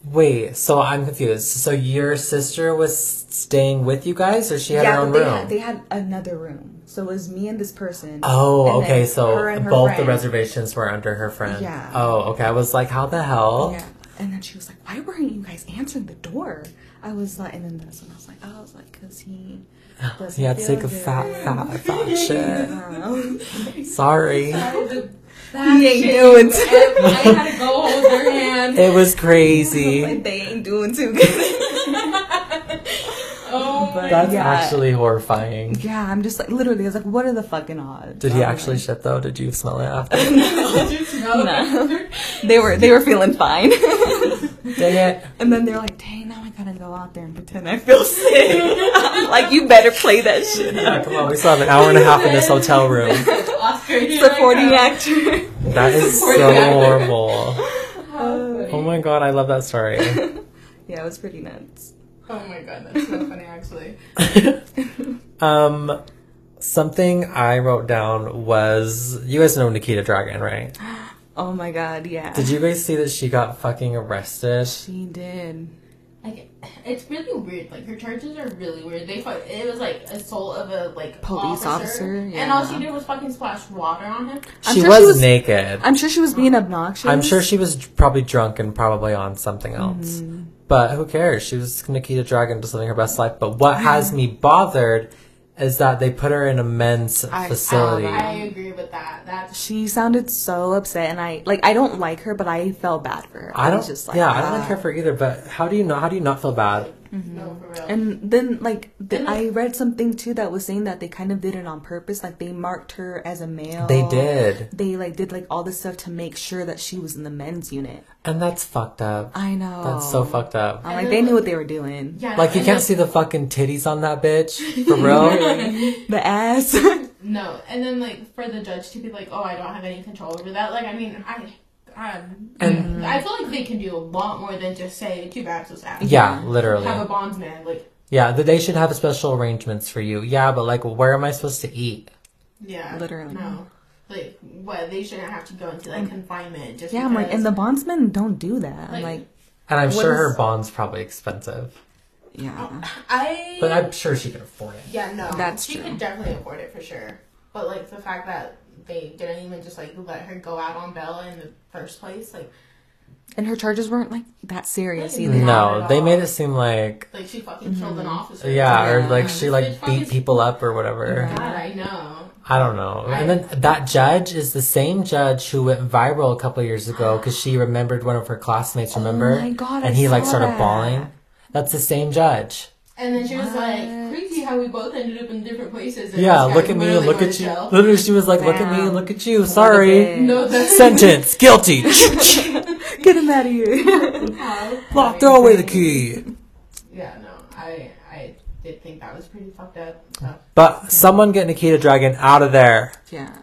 Speaker 1: Wait, so I'm confused. So your sister was staying with you guys, or she had her
Speaker 3: yeah,
Speaker 1: own
Speaker 3: but they
Speaker 1: room?
Speaker 3: had they had another room, so it was me and this person.
Speaker 1: Oh,
Speaker 3: and
Speaker 1: okay.
Speaker 3: then
Speaker 1: So
Speaker 3: her and her
Speaker 1: both the
Speaker 3: friend.
Speaker 1: reservations were under her friend.
Speaker 3: Yeah.
Speaker 1: Oh, okay. I was like, how the hell?
Speaker 3: Yeah. And then she was like, "Why weren't you guys answering the door?" I was like, and then that's when I was like, "Oh, I was like, cause he doesn't
Speaker 1: He had to
Speaker 3: feel
Speaker 1: take a
Speaker 3: good."
Speaker 1: fat, fat, fat shit.
Speaker 3: Um,
Speaker 1: Sorry.
Speaker 2: That
Speaker 3: He ain't
Speaker 2: shit,
Speaker 3: doing too-
Speaker 2: I had to go hold their hand.
Speaker 1: It was crazy.
Speaker 3: like, they ain't doing too good.
Speaker 2: Oh my
Speaker 1: That's
Speaker 3: Yeah.
Speaker 1: actually horrifying.
Speaker 3: yeah, I'm just like, literally, I was like, "What are the fucking odds?"
Speaker 1: Did he
Speaker 3: I'm
Speaker 1: actually shit though? Did you smell it after?
Speaker 2: god. Did you smell
Speaker 3: No.
Speaker 2: that?
Speaker 3: like- They were they were feeling fine,
Speaker 1: Dang it.
Speaker 3: and then they're like, "Dang, now I gotta go out there and pretend I feel sick." I'm like, you better play that shit.
Speaker 1: Yeah, come on. We still have an hour and a half in this hotel room.
Speaker 2: Oscar, here I
Speaker 3: Supporting
Speaker 2: come.
Speaker 3: actor.
Speaker 1: That is so horrible. Oh my god, I love that story.
Speaker 3: yeah, it was pretty nuts.
Speaker 2: Oh my god, that's so funny actually.
Speaker 1: Um, something I wrote down was you guys know Nikita Dragon, right?
Speaker 3: Oh my god, yeah.
Speaker 1: Did you guys see that she got fucking arrested?
Speaker 3: She did.
Speaker 2: Like, it's really weird. Like her charges are really weird. They fu- it was like assault of a like
Speaker 3: Police officer,
Speaker 2: and all
Speaker 3: yeah.
Speaker 2: she did was fucking splash water on him.
Speaker 3: I'm
Speaker 1: she
Speaker 3: sure
Speaker 1: was,
Speaker 3: she was-
Speaker 1: naked. I'm,
Speaker 3: I'm sure she was being obnoxious.
Speaker 1: sure she was dr- probably drunk and probably on something else.
Speaker 3: Mm-hmm.
Speaker 1: But who cares? She was Nikita Dragon just living her best life. But what has me bothered is that they put her in a men's
Speaker 3: I-
Speaker 1: facility.
Speaker 3: I-
Speaker 2: Um, I agree with that. That's
Speaker 3: she sounded so upset, and I like I don't like her, but I felt bad for her.
Speaker 1: I don't.
Speaker 3: was just like,
Speaker 1: yeah, I don't
Speaker 3: "Ah."
Speaker 1: like her for either. But how do you not? How do you not feel bad?
Speaker 2: no for real.
Speaker 3: And then like the,
Speaker 2: And
Speaker 3: I read something too that was saying that they kind of did it on purpose. Like they marked her as a male.
Speaker 1: They did,
Speaker 3: They like did like all this stuff to make sure that she was in the men's unit.
Speaker 1: and that's fucked up.
Speaker 3: I know.
Speaker 1: That's so fucked up.
Speaker 3: I'm like they knew what they were doing.
Speaker 2: yeah,
Speaker 1: Like you can't
Speaker 2: and then-
Speaker 1: see the fucking titties on that bitch for real.
Speaker 3: The ass.
Speaker 2: No, and then like for the judge to be like, "Oh, I don't have any control over that." Like, I mean, I, um, I feel like they can do a lot more than just say two babs was out.
Speaker 1: yeah, literally.
Speaker 2: have a bondsman. Like,
Speaker 1: Yeah, that they should have special arrangements for you. Yeah, but like, where am I supposed to eat?
Speaker 2: yeah,
Speaker 3: Literally. Mm.
Speaker 2: no. Like, what they shouldn't have to go into like confinement just
Speaker 3: yeah, I'm like,
Speaker 2: because-
Speaker 3: and the bondsmen don't do that.
Speaker 2: Like-
Speaker 3: I'm like,
Speaker 1: And I'm
Speaker 3: What
Speaker 1: sure
Speaker 3: is-
Speaker 1: her bond's probably expensive,
Speaker 2: oh.
Speaker 3: yeah.
Speaker 2: I
Speaker 1: but I'm sure she can afford it.
Speaker 2: yeah no
Speaker 3: That's
Speaker 2: she
Speaker 3: true.
Speaker 2: could definitely afford it for sure. But like the fact that they didn't even just like let her go out on bail in the first place, like
Speaker 3: And her charges weren't like that serious either.
Speaker 2: Not
Speaker 1: No,
Speaker 2: at
Speaker 1: they
Speaker 2: all.
Speaker 1: made it seem like
Speaker 2: like she fucking killed an officer.
Speaker 1: yeah, or
Speaker 3: Mm-hmm. Yeah.
Speaker 1: like she like beat people up or whatever.
Speaker 2: God, I know.
Speaker 1: I don't know. And then that judge is the same judge who went viral a couple years ago because she remembered one of her classmates. Remember?
Speaker 3: Oh my God, I
Speaker 1: And he like
Speaker 3: saw
Speaker 1: started
Speaker 3: that.
Speaker 1: bawling. That's the same judge.
Speaker 2: And then she was like, crazy how we both ended up in different places. And
Speaker 1: Yeah,
Speaker 2: this guy
Speaker 1: look at me and
Speaker 2: literally
Speaker 1: look
Speaker 2: went
Speaker 1: at
Speaker 2: to
Speaker 1: you.
Speaker 2: jail.
Speaker 1: Literally, she was like, "Look at me
Speaker 3: Wow.
Speaker 1: and look at you." Sorry.
Speaker 3: bitch.
Speaker 2: No, that's
Speaker 1: Sentence guilty.
Speaker 3: Get him out of here.
Speaker 2: how.
Speaker 1: Lock, throw away the key.
Speaker 2: Yeah, no, I I did think that was pretty fucked up. So.
Speaker 1: Oh. But someone get Nikita Dragon out of there.
Speaker 3: yeah.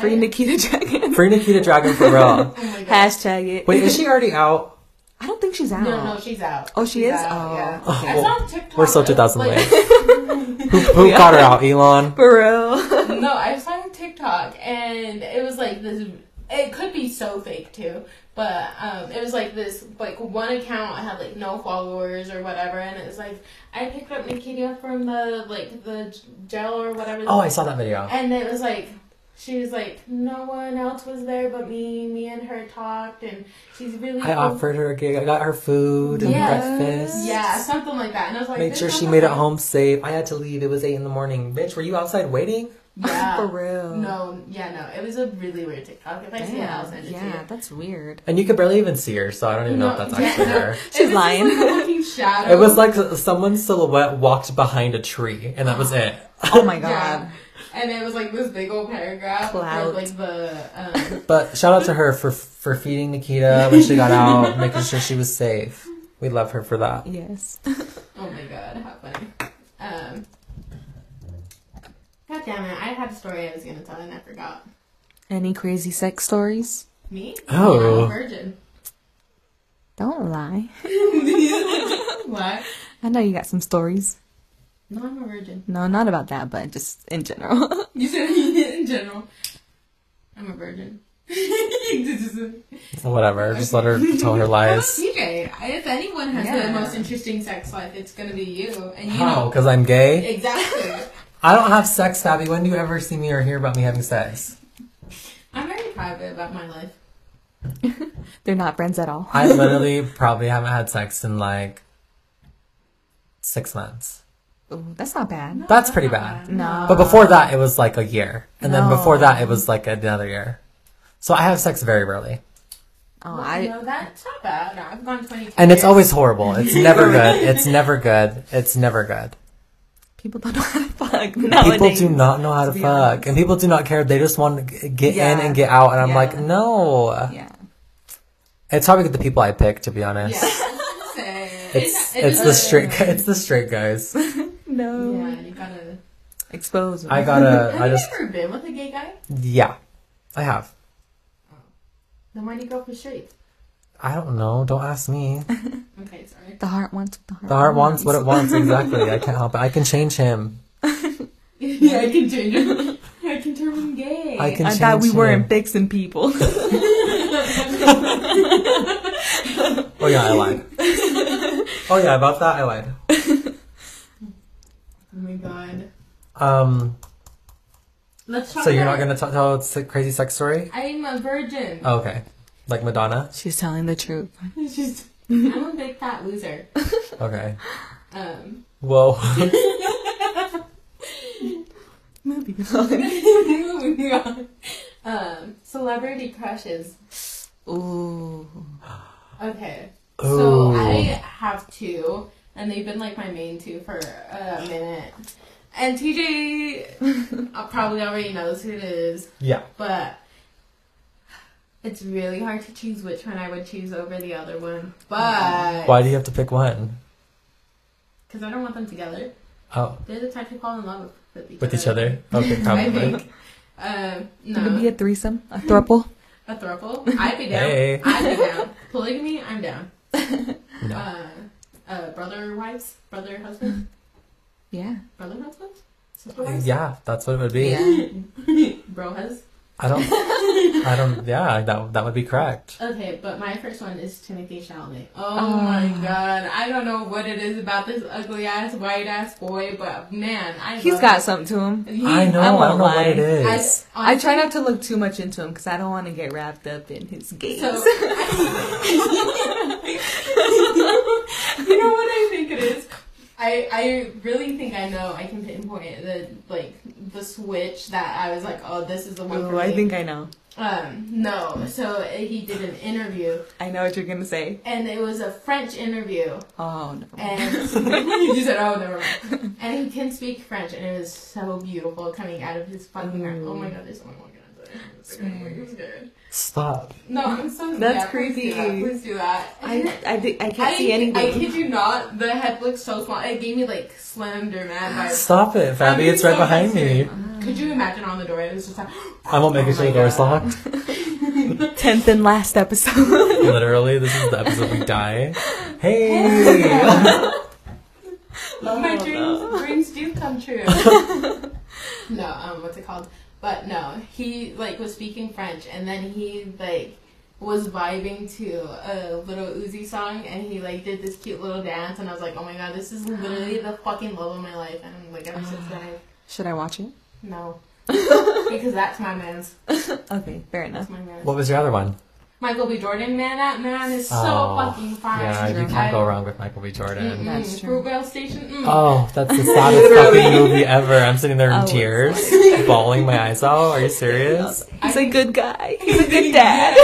Speaker 3: Free Nikita Dragon.
Speaker 1: Free Nikita Dragon for real.
Speaker 2: Oh my god.
Speaker 3: Hashtag it.
Speaker 1: Wait, is she already out?
Speaker 3: I don't think she's out.
Speaker 2: No, no, she's out.
Speaker 3: Oh, she
Speaker 2: She's
Speaker 3: is?
Speaker 2: Out,
Speaker 3: Oh,
Speaker 2: yeah.
Speaker 1: okay.
Speaker 2: I saw on TikTok.
Speaker 1: We're so
Speaker 2: it was
Speaker 1: 2000
Speaker 2: like-
Speaker 1: late. who who got her out? Elon.
Speaker 3: For real.
Speaker 2: no, I saw on TikTok and it was like this it could be so fake too but um, it was like this like one account had like no followers or whatever and it was like i picked up nikita from the like the gel or whatever
Speaker 1: Oh, I saw that video.
Speaker 2: and it was like she was like no one else was there but me me and her talked and she's really
Speaker 1: I offered her a gig. I got her food and
Speaker 2: Yes.
Speaker 1: breakfast.
Speaker 2: yeah something like that and i was like
Speaker 1: Made
Speaker 2: this
Speaker 1: sure she
Speaker 2: sounds
Speaker 1: made it
Speaker 2: like-
Speaker 1: home safe. I had to leave. It was eight in the morning. Bitch, were you outside waiting?
Speaker 2: yeah
Speaker 3: For real.
Speaker 2: no yeah no it was a really weird tiktok if i see it i'll
Speaker 3: Damn,
Speaker 2: send it to
Speaker 3: yeah,
Speaker 2: you
Speaker 3: that's weird.
Speaker 1: And you could barely even see her, so I don't even know if
Speaker 2: No,
Speaker 1: that's
Speaker 2: yeah,
Speaker 1: actually
Speaker 2: no.
Speaker 1: her.
Speaker 3: She's
Speaker 2: It was just,
Speaker 3: lying.
Speaker 2: like, a walking shadow.
Speaker 1: It was like someone's silhouette walked behind a tree, and that was it.
Speaker 3: Oh my
Speaker 2: Yeah.
Speaker 3: god.
Speaker 2: And it was like this big old paragraph
Speaker 3: Clout.
Speaker 2: of like the um,
Speaker 1: But shout out to her for for feeding Nikita when she got out, making sure she was safe. We love her for that.
Speaker 3: Yes.
Speaker 2: oh my god, how funny. Um, god damn it, I had a story I was gonna tell and I forgot.
Speaker 3: Any crazy sex stories?
Speaker 2: Me?
Speaker 1: Oh.
Speaker 2: I'm a virgin.
Speaker 3: Don't lie.
Speaker 2: What?
Speaker 3: I know you got some stories.
Speaker 2: No, I'm a virgin.
Speaker 3: No, not about that, but just in general.
Speaker 2: You said in general. I'm a virgin. TJ,
Speaker 1: Whatever, just let her tell her lies.
Speaker 2: if anyone has
Speaker 3: Yeah.
Speaker 2: the most interesting sex life, it's gonna be you. And you
Speaker 1: How?
Speaker 2: know
Speaker 1: Because I'm gay.
Speaker 2: exactly.
Speaker 1: I don't have sex, Tabby. When do you ever see me or hear about me having sex?
Speaker 2: I'm very private about my life.
Speaker 3: They're not friends at all.
Speaker 1: I literally probably haven't had sex in like six months.
Speaker 3: Ooh, that's not bad.
Speaker 1: That's pretty bad.
Speaker 3: No.
Speaker 1: But before that, it was like a year, and then
Speaker 3: No.
Speaker 1: before that, it was like another year. So I have sex very rarely,
Speaker 3: Oh,
Speaker 2: Well,
Speaker 3: I
Speaker 2: no, that's not bad. No, I've gone 22
Speaker 1: and it's
Speaker 2: years.
Speaker 1: always horrible. It's never good. It's never good. It's never good.
Speaker 3: people don't know how to fuck nowadays.
Speaker 1: people do not know how to
Speaker 3: be
Speaker 1: fuck,
Speaker 3: honest.
Speaker 1: and people do not care. They just want to g- get
Speaker 3: Yeah.
Speaker 1: in and get out, and I'm
Speaker 3: Yeah.
Speaker 1: like, no.
Speaker 3: Yeah.
Speaker 1: It's probably the people I pick, to be honest.
Speaker 2: Yeah. Say-
Speaker 1: It's
Speaker 2: it
Speaker 1: it's
Speaker 2: is
Speaker 1: the
Speaker 2: a-
Speaker 1: straight gu- it's the straight guys.
Speaker 3: No.
Speaker 2: Yeah, you gotta.
Speaker 3: Expose.
Speaker 1: I gotta
Speaker 2: Have
Speaker 1: I
Speaker 2: you
Speaker 1: just
Speaker 2: ever been with a gay guy?
Speaker 1: yeah, I have.
Speaker 2: Then why do you go for straight?
Speaker 1: I don't know. Don't ask me.
Speaker 2: Okay, sorry.
Speaker 3: the heart wants what the heart.
Speaker 1: The heart wants what it wants. Exactly. I can't help it. I can change him.
Speaker 2: yeah, I can change him. I can turn him gay.
Speaker 1: I can.
Speaker 3: I
Speaker 1: change
Speaker 3: thought we
Speaker 1: him.
Speaker 3: weren't fixing people.
Speaker 1: Oh yeah, I lied. oh yeah, about that I lied.
Speaker 2: oh my god.
Speaker 1: Um.
Speaker 2: Let's talk
Speaker 1: So you're not
Speaker 2: about-
Speaker 1: gonna t- tell a se- crazy sex story?
Speaker 2: I'm a virgin.
Speaker 1: Oh, okay. Like Madonna.
Speaker 3: She's telling the truth.
Speaker 2: It's just. I'm a big fat loser.
Speaker 1: Okay.
Speaker 2: Um,
Speaker 1: Whoa.
Speaker 3: Movie.
Speaker 2: moving on. Um, celebrity crushes.
Speaker 3: Ooh.
Speaker 2: Okay.
Speaker 1: Ooh.
Speaker 2: So I have two, and they've been like my main two for a minute. And TJ uh, probably already knows who it is,
Speaker 1: yeah.
Speaker 2: but it's really hard to choose which one I would choose over the other one. But
Speaker 1: Why do you have to pick one?
Speaker 2: Because I don't want them together.
Speaker 1: Oh,
Speaker 2: They're the type who fall in love with each
Speaker 1: with
Speaker 2: other.
Speaker 1: each other? Okay,
Speaker 2: I
Speaker 1: probably.
Speaker 2: think. Um,
Speaker 3: It would be
Speaker 2: no,
Speaker 3: a threesome, a throuple.
Speaker 2: a throuple. I'd be down.
Speaker 1: Hey.
Speaker 2: I'd be down. Polygamy, I'm down.
Speaker 1: No.
Speaker 2: Uh, uh, brother wives, brother husbands.
Speaker 3: Yeah.
Speaker 2: Brother husband? Sister wife?
Speaker 1: Yeah, that's what it would be.
Speaker 2: Bro has?
Speaker 1: I don't. I don't. Yeah, that that would be correct.
Speaker 2: Okay, but my first one is Timothy Chalamet. Oh
Speaker 1: Ah.
Speaker 2: my god. I don't know what it is about this ugly ass, white ass boy, but man, I
Speaker 3: He's
Speaker 2: love
Speaker 3: got
Speaker 2: him.
Speaker 3: something to him.
Speaker 2: He-
Speaker 1: I know.
Speaker 3: I
Speaker 1: I, don't
Speaker 3: won't
Speaker 1: know what
Speaker 3: lie.
Speaker 1: it
Speaker 2: I,
Speaker 1: is.
Speaker 3: I try
Speaker 2: honestly,
Speaker 3: not to look too much into him because I don't want to get wrapped up in his gaze.
Speaker 2: So, you know what I think it is? I, I really think I know I can pinpoint the like the switch that I was like oh this is the one
Speaker 3: Ooh,
Speaker 2: for
Speaker 3: I
Speaker 2: me.
Speaker 3: think I know.
Speaker 2: um no so he did an interview
Speaker 3: I know what you're gonna say.
Speaker 2: and it was a French interview
Speaker 3: Oh no.
Speaker 2: and he said, "Oh, never mind." And he can speak French, and it was so beautiful coming out of his fucking mouth. Oh my god, there's someone walking out there. I'm so I'm scared.
Speaker 1: Stop.
Speaker 2: No, I'm so
Speaker 3: That's
Speaker 2: yeah, please do
Speaker 3: creepy.
Speaker 2: that, Please do that.
Speaker 3: I I, think I can't
Speaker 2: I,
Speaker 3: see anything.
Speaker 2: I kid you not. The head looks so small. It gave me like slender man vibes.
Speaker 1: Stop it, Fabi. It's right behind me.
Speaker 2: oh, Could you imagine on the door? It was just like,
Speaker 1: I won't make it to the door's locked.
Speaker 3: Tenth and last episode.
Speaker 1: Literally, this is the episode we die. Hey.
Speaker 2: my dreams, dreams do come true. no, um, what's it called? But no, he like was speaking French, and then he like was vibing to a little Uzi song, and he like did this cute little dance, and I was like, oh my god, this is literally the fucking love of my life, and I'm like ever since then, I've-
Speaker 3: Should I watch it?
Speaker 2: no, because that's my man's.
Speaker 3: Okay, fair enough.
Speaker 2: That's my man's.
Speaker 1: What was your other one?
Speaker 2: Michael B. Jordan, man, that man is so
Speaker 1: Oh,
Speaker 2: fucking fine.
Speaker 1: Yeah, you
Speaker 2: I-
Speaker 1: can't go wrong with Michael B. Jordan.
Speaker 2: Mm,
Speaker 3: That's true.
Speaker 2: Fruitvale Station. Mm.
Speaker 1: Oh, that's the saddest fucking movie ever. I'm sitting there in
Speaker 3: Oh, it's
Speaker 1: tears, bawling my eyes out. Are you serious?
Speaker 3: He's a good guy. He's a good dad.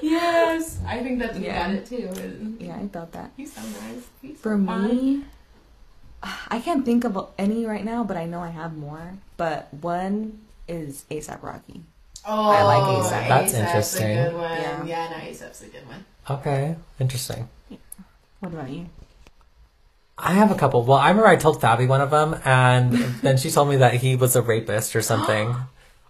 Speaker 2: yes, I think that's
Speaker 3: Yeah.
Speaker 2: about it too.
Speaker 3: yeah, I felt that.
Speaker 2: He's so nice. He's
Speaker 3: For
Speaker 2: so fun.
Speaker 3: me, I can't think of any right now, but I know I have more. But one is ASAP Rocky.
Speaker 2: oh,
Speaker 3: I like Aesop.
Speaker 1: That's
Speaker 2: Aesop's
Speaker 1: interesting.
Speaker 2: A good one. Yeah,
Speaker 3: Yeah.
Speaker 2: yeah no, Aesop's a good one.
Speaker 1: Okay, interesting.
Speaker 3: What about you?
Speaker 1: I have a couple. Well, I remember I told Fabi one of them, and then she told me that he was a rapist or something,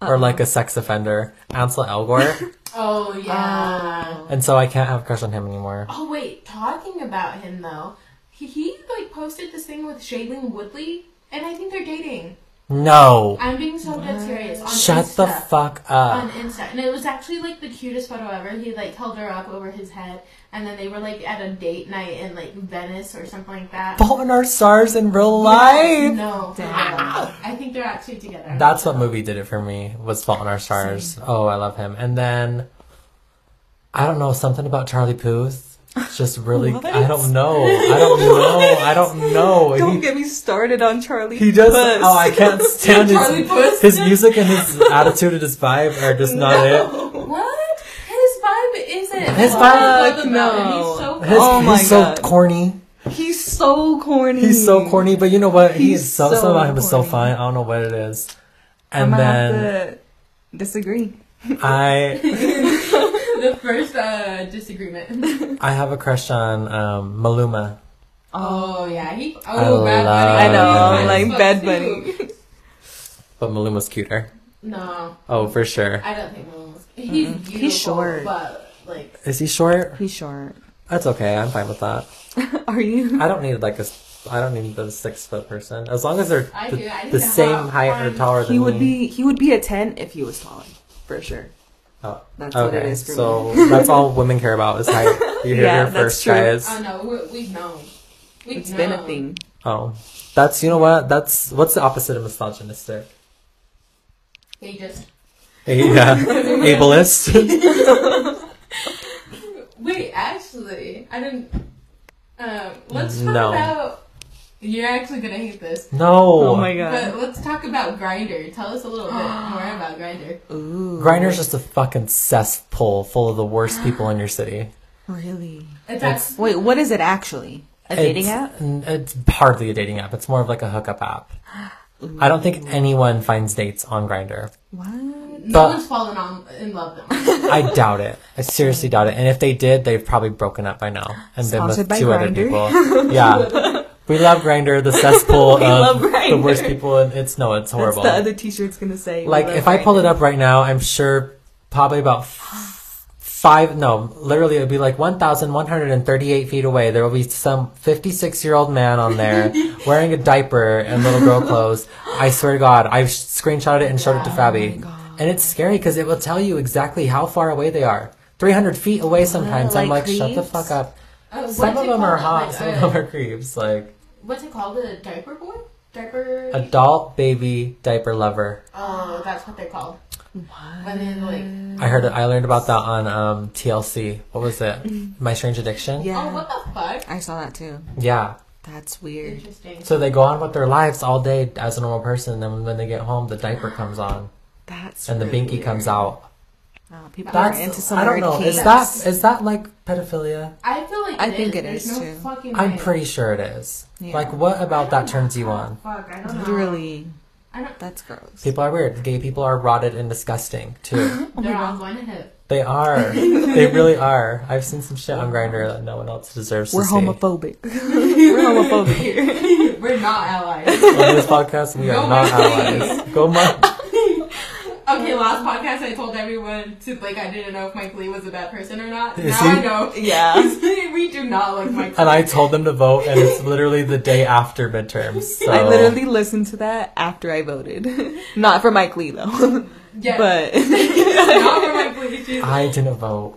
Speaker 1: or like a sex offender, Ansel Elgort.
Speaker 2: Oh yeah.
Speaker 3: Oh.
Speaker 1: and so I can't have a crush on him anymore.
Speaker 2: Oh wait, talking about him though, he, he like posted this thing with Shailene Woodley, and I think they're dating.
Speaker 1: No,
Speaker 2: I'm being so dead serious. On
Speaker 1: shut the
Speaker 2: Insta.
Speaker 1: fuck up.
Speaker 2: on Insta, and it was actually like the cutest photo ever. He like held her up over his head, and then they were like at a date night in like Venice or something like that.
Speaker 1: Bolton are stars in real life.
Speaker 2: No,
Speaker 3: Damn.
Speaker 2: I think they're actually together.
Speaker 1: That's what movie did it for me was Fault in Our Stars. Oh, I love him. And then I don't know something about Charlie Puth. Just really, I don't know. I don't know. I don't know.
Speaker 3: Don't
Speaker 1: he,
Speaker 3: get me started on Charlie.
Speaker 1: he does.
Speaker 3: Puth.
Speaker 1: Oh, I can't stand
Speaker 2: Charlie
Speaker 1: his
Speaker 2: Puth.
Speaker 1: his music and his attitude and his vibe are just not it.
Speaker 2: what his vibe isn't.
Speaker 1: His
Speaker 2: What I
Speaker 3: vibe-
Speaker 2: love about him, He's
Speaker 3: no.
Speaker 2: so
Speaker 1: His,
Speaker 3: Oh my
Speaker 1: he's
Speaker 3: God.
Speaker 1: so corny.
Speaker 3: He's so corny.
Speaker 1: He's so corny. But you know what? He's,
Speaker 3: He's
Speaker 1: so,
Speaker 3: so
Speaker 1: something about him is so
Speaker 3: corny.
Speaker 1: fun. I don't know what it is.
Speaker 3: I'm
Speaker 1: And
Speaker 3: gonna
Speaker 1: then
Speaker 3: have to disagree.
Speaker 1: I
Speaker 2: the first uh, disagreement.
Speaker 1: I have a crush on um, Maluma.
Speaker 2: Oh yeah, he. Oh,
Speaker 1: I
Speaker 2: Bad
Speaker 1: love-
Speaker 2: Bunny.
Speaker 1: I know,
Speaker 3: like
Speaker 2: Fuck
Speaker 3: Bad
Speaker 2: you.
Speaker 3: Bunny.
Speaker 1: But Maluma's cuter.
Speaker 2: No,
Speaker 1: Oh, for sure.
Speaker 2: I don't think Malone was. He's
Speaker 1: Mm-hmm.
Speaker 2: beautiful,
Speaker 3: short.
Speaker 2: but like
Speaker 1: Is he short?
Speaker 3: He's short.
Speaker 1: That's okay. I'm fine with that.
Speaker 3: Are you?
Speaker 1: I don't need like a. s- I don't need the six foot person. As long as they're
Speaker 2: I
Speaker 1: the,
Speaker 2: do. I need
Speaker 1: the
Speaker 2: to
Speaker 1: same
Speaker 2: have
Speaker 1: height or
Speaker 2: one.
Speaker 1: taller than
Speaker 3: He would
Speaker 1: me.
Speaker 3: be. He would be a ten if he was taller, for sure.
Speaker 1: Oh,
Speaker 3: That's
Speaker 1: okay,
Speaker 3: what it is for
Speaker 1: so
Speaker 3: me.
Speaker 1: that's all women care about is height. You hear
Speaker 3: Yeah,
Speaker 1: her first,
Speaker 3: that's true. Um,
Speaker 1: guys.
Speaker 2: I know we, we've known. We've
Speaker 3: It's
Speaker 2: known.
Speaker 3: been a thing.
Speaker 1: Oh, that's you know what? That's what's the opposite of misogynistic?
Speaker 2: They just
Speaker 1: Yeah, ableist.
Speaker 2: Wait, actually, I didn't. Um, let's talk
Speaker 1: No.
Speaker 2: about. You're actually gonna hate this,
Speaker 1: No.
Speaker 3: Oh my god.
Speaker 2: but let's talk about Grinder. Tell us a little bit more about Grinder.
Speaker 3: Ooh.
Speaker 1: Grinder's just a fucking cesspool full of the worst people in your city.
Speaker 3: Really?
Speaker 2: It's
Speaker 1: It's-
Speaker 2: act-
Speaker 3: Wait, what is it actually? A dating
Speaker 1: it's,
Speaker 3: app?
Speaker 1: n- It's hardly a dating app. It's more of like a hookup app. I don't think anyone finds dates on Grinder.
Speaker 3: What?
Speaker 2: no
Speaker 1: but-
Speaker 2: one's fallen on in love them.
Speaker 1: I doubt it. I seriously doubt it. And if they did, they've probably broken up by now and been
Speaker 3: Sponsored
Speaker 1: with
Speaker 3: by
Speaker 1: two other
Speaker 3: Grindr.
Speaker 1: people. Yeah. We love Grinder, the cesspool of
Speaker 3: love
Speaker 1: the
Speaker 3: Grindr.
Speaker 1: worst people, and it's no, it's
Speaker 3: That's
Speaker 1: horrible.
Speaker 3: the other T-shirt's gonna say.
Speaker 1: like if I pull it up right now, I'm sure probably about f- five. No, literally, it would be like 1,138 feet away. There will be some 56 year old man on there wearing a diaper and little girl clothes. I swear to God, I screenshotted it and showed it to Fabi, and it's scary because it will tell you exactly how far away they are. 300 feet away sometimes. I'm like,
Speaker 3: like
Speaker 1: shut the
Speaker 3: creeps?
Speaker 1: fuck up.
Speaker 2: Uh, what's
Speaker 1: Some of
Speaker 2: it
Speaker 1: them are
Speaker 2: called?
Speaker 1: hot,
Speaker 2: Like,
Speaker 1: some
Speaker 2: uh,
Speaker 1: of them are creeps. Like,
Speaker 2: what's it called? The diaper boy? Diaper?
Speaker 1: adult baby diaper lover.
Speaker 2: oh, that's what they're called. But then like, oh,
Speaker 1: I heard. I learned about that on um, TLC. What was it? My Strange Addiction.
Speaker 3: Mm-hmm. yeah,
Speaker 2: oh, what the fuck?
Speaker 3: I saw that too.
Speaker 1: Yeah.
Speaker 3: That's weird.
Speaker 2: Interesting.
Speaker 1: So they go on with their lives all day as a normal person, and when they get home, the diaper comes on
Speaker 3: That's
Speaker 1: and the
Speaker 3: really
Speaker 1: binky
Speaker 3: weird.
Speaker 1: comes out.
Speaker 3: Wow, people
Speaker 1: That's
Speaker 3: are into some
Speaker 1: I don't
Speaker 3: weird
Speaker 1: know. Is
Speaker 3: kinks.
Speaker 1: that is that like pedophilia?
Speaker 2: I feel like
Speaker 3: I
Speaker 2: it
Speaker 3: think it
Speaker 2: There's
Speaker 3: is,
Speaker 2: no
Speaker 3: too.
Speaker 2: Fucking
Speaker 1: I'm
Speaker 2: way.
Speaker 1: pretty sure it is.
Speaker 3: Yeah.
Speaker 1: Like, what about that turns you on?
Speaker 2: Fuck, I don't know.
Speaker 3: literally?
Speaker 2: I don't.
Speaker 3: That's gross.
Speaker 1: People are weird. Gay people are rotted and disgusting
Speaker 3: Oh
Speaker 1: too.
Speaker 2: They're on one hip.
Speaker 1: they are. They really are. I've seen some shit on Grinder that no one else deserves
Speaker 3: We're
Speaker 1: to see.
Speaker 3: homophobic. We're homophobic here.
Speaker 2: We're not allies.
Speaker 1: On this podcast, we are
Speaker 2: Go
Speaker 1: not
Speaker 2: Monkey.
Speaker 1: allies. Go monkey.
Speaker 2: Okay, last podcast I told everyone to like I didn't know if Mike Lee was a bad person or not.
Speaker 1: Is he?
Speaker 2: now I know.
Speaker 3: Yeah.
Speaker 2: we do not like my.
Speaker 1: And I told them to vote, and it's literally the day after midterms. So.
Speaker 3: I literally listened to that after I voted. Not for Mike Lee though.
Speaker 2: Yeah.
Speaker 3: But
Speaker 2: not for my please.
Speaker 1: I didn't vote.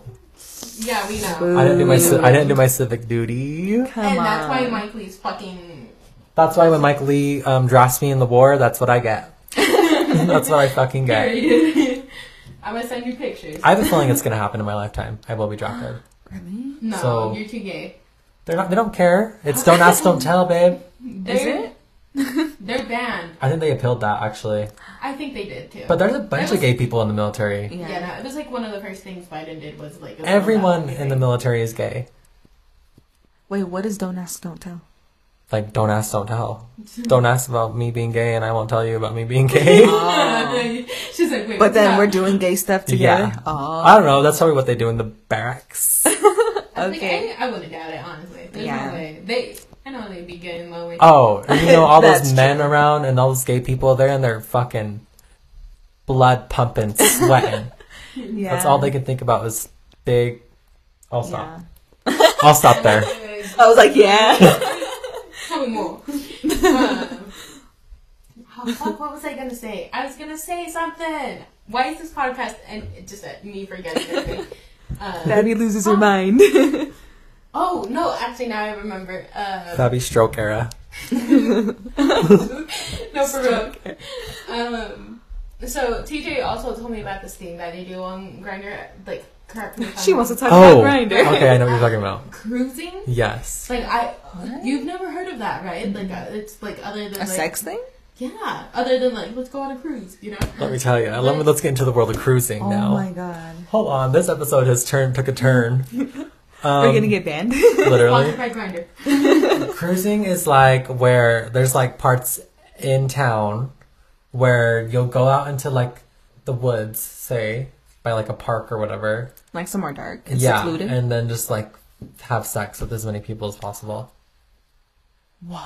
Speaker 2: Yeah, we know.
Speaker 1: I didn't do my. ci- I didn't do my civic duty.
Speaker 3: Come
Speaker 2: and that's why
Speaker 3: on.
Speaker 2: Mike Lee's fucking.
Speaker 1: That's why when Mike Lee um, drafts me in the war, that's what I get. that's what I fucking get.
Speaker 2: Period. I'm gonna send you pictures.
Speaker 1: I have a feeling it's gonna happen in my lifetime. I will be drafted.
Speaker 3: Really?
Speaker 2: no,
Speaker 1: so-
Speaker 2: you're too gay.
Speaker 1: They're not. They don't care. It's don't ask, don't tell, babe.
Speaker 2: They're, They're banned.
Speaker 1: I think they appealed that actually.
Speaker 2: I think they did too.
Speaker 1: But there's a bunch
Speaker 2: was-
Speaker 1: of gay people in the military.
Speaker 3: Yeah.
Speaker 2: yeah, no, it was like one of the first things Biden did was like a-
Speaker 1: Everyone in the military is gay.
Speaker 3: Wait, what is don't ask, don't tell?
Speaker 1: Like, don't ask, don't tell. Don't ask about me being gay, and I won't tell you about me being gay.
Speaker 2: She's like, wait,
Speaker 3: But
Speaker 2: what's
Speaker 3: then we're
Speaker 2: that?
Speaker 3: doing gay stuff together.
Speaker 1: Yeah.
Speaker 3: Oh,
Speaker 1: I don't know. That's probably what they do in the barracks.
Speaker 2: I think-
Speaker 3: okay.
Speaker 2: I, I wouldn't doubt it honestly. There's
Speaker 3: Yeah.
Speaker 2: no way they. I know they'd be getting lonely.
Speaker 1: Oh, you know all
Speaker 3: That's
Speaker 1: those men around and all those gay people. They're in their fucking blood pumping, sweating.
Speaker 3: yeah.
Speaker 1: That's all they could think about was big. I'll
Speaker 3: Yeah.
Speaker 1: stop. I'll stop there.
Speaker 3: I was like, yeah.
Speaker 2: Tell me more. Um, oh, fuck, what was I gonna say? I was gonna say something. Why is this podcast and it just uh, me forgetting everything? Uh,
Speaker 3: Debbie loses her mind.
Speaker 2: oh no! Actually, now I remember. Uh,
Speaker 1: That'd be stroke era.
Speaker 2: no, for real. Um, so TJ also told me about this thing that they do on Grinder. Like, correct me if I'm
Speaker 3: she wants to
Speaker 2: wrong.
Speaker 3: talk
Speaker 1: Oh,
Speaker 3: about grinder.
Speaker 1: okay, I know what you're talking about.
Speaker 2: cruising.
Speaker 1: Yes.
Speaker 2: Like I, you've never heard of that, right? Like uh, it's like other than
Speaker 3: A
Speaker 2: like,
Speaker 3: sex thing?
Speaker 2: Yeah, other than like let's go on a cruise, you know.
Speaker 1: Let me tell you. Let me let's get into the world of cruising now.
Speaker 3: Oh my god.
Speaker 1: Hold on, this episode has turned took a turn. Um,
Speaker 3: We're gonna get banned.
Speaker 1: literally
Speaker 2: Sponsored by Grinder.
Speaker 1: cruising is like where there's like parts in town where you'll go out into like the woods, say by like a park or whatever.
Speaker 3: like somewhere dark and
Speaker 1: yeah,
Speaker 3: secluded.
Speaker 1: and then just like have sex with as many people as possible.
Speaker 3: what?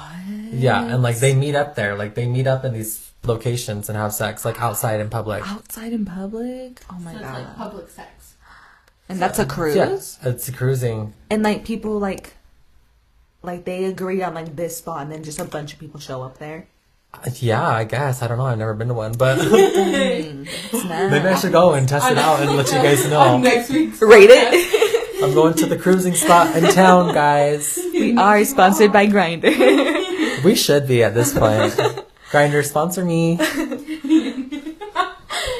Speaker 1: Yeah, and like they meet up there, like they meet up in these locations and have sex like outside in public.
Speaker 3: Outside in public? Oh my
Speaker 2: So it's
Speaker 3: god.
Speaker 2: like public sex.
Speaker 3: and that's a cruise?
Speaker 1: Yeah, it's cruising.
Speaker 3: And like people like like they agree on like this spot and then just a bunch of people show up there.
Speaker 1: Yeah, I guess. I don't know. I've never been to one, but
Speaker 3: It's nice.
Speaker 1: maybe I should go and test it out and let you guys
Speaker 2: On
Speaker 1: know.
Speaker 2: next week's
Speaker 3: Rate it.
Speaker 1: I'm going to the cruising spot in town, guys.
Speaker 3: we are sponsored by Grinder.
Speaker 1: We should be at this point. Grinder, sponsor me.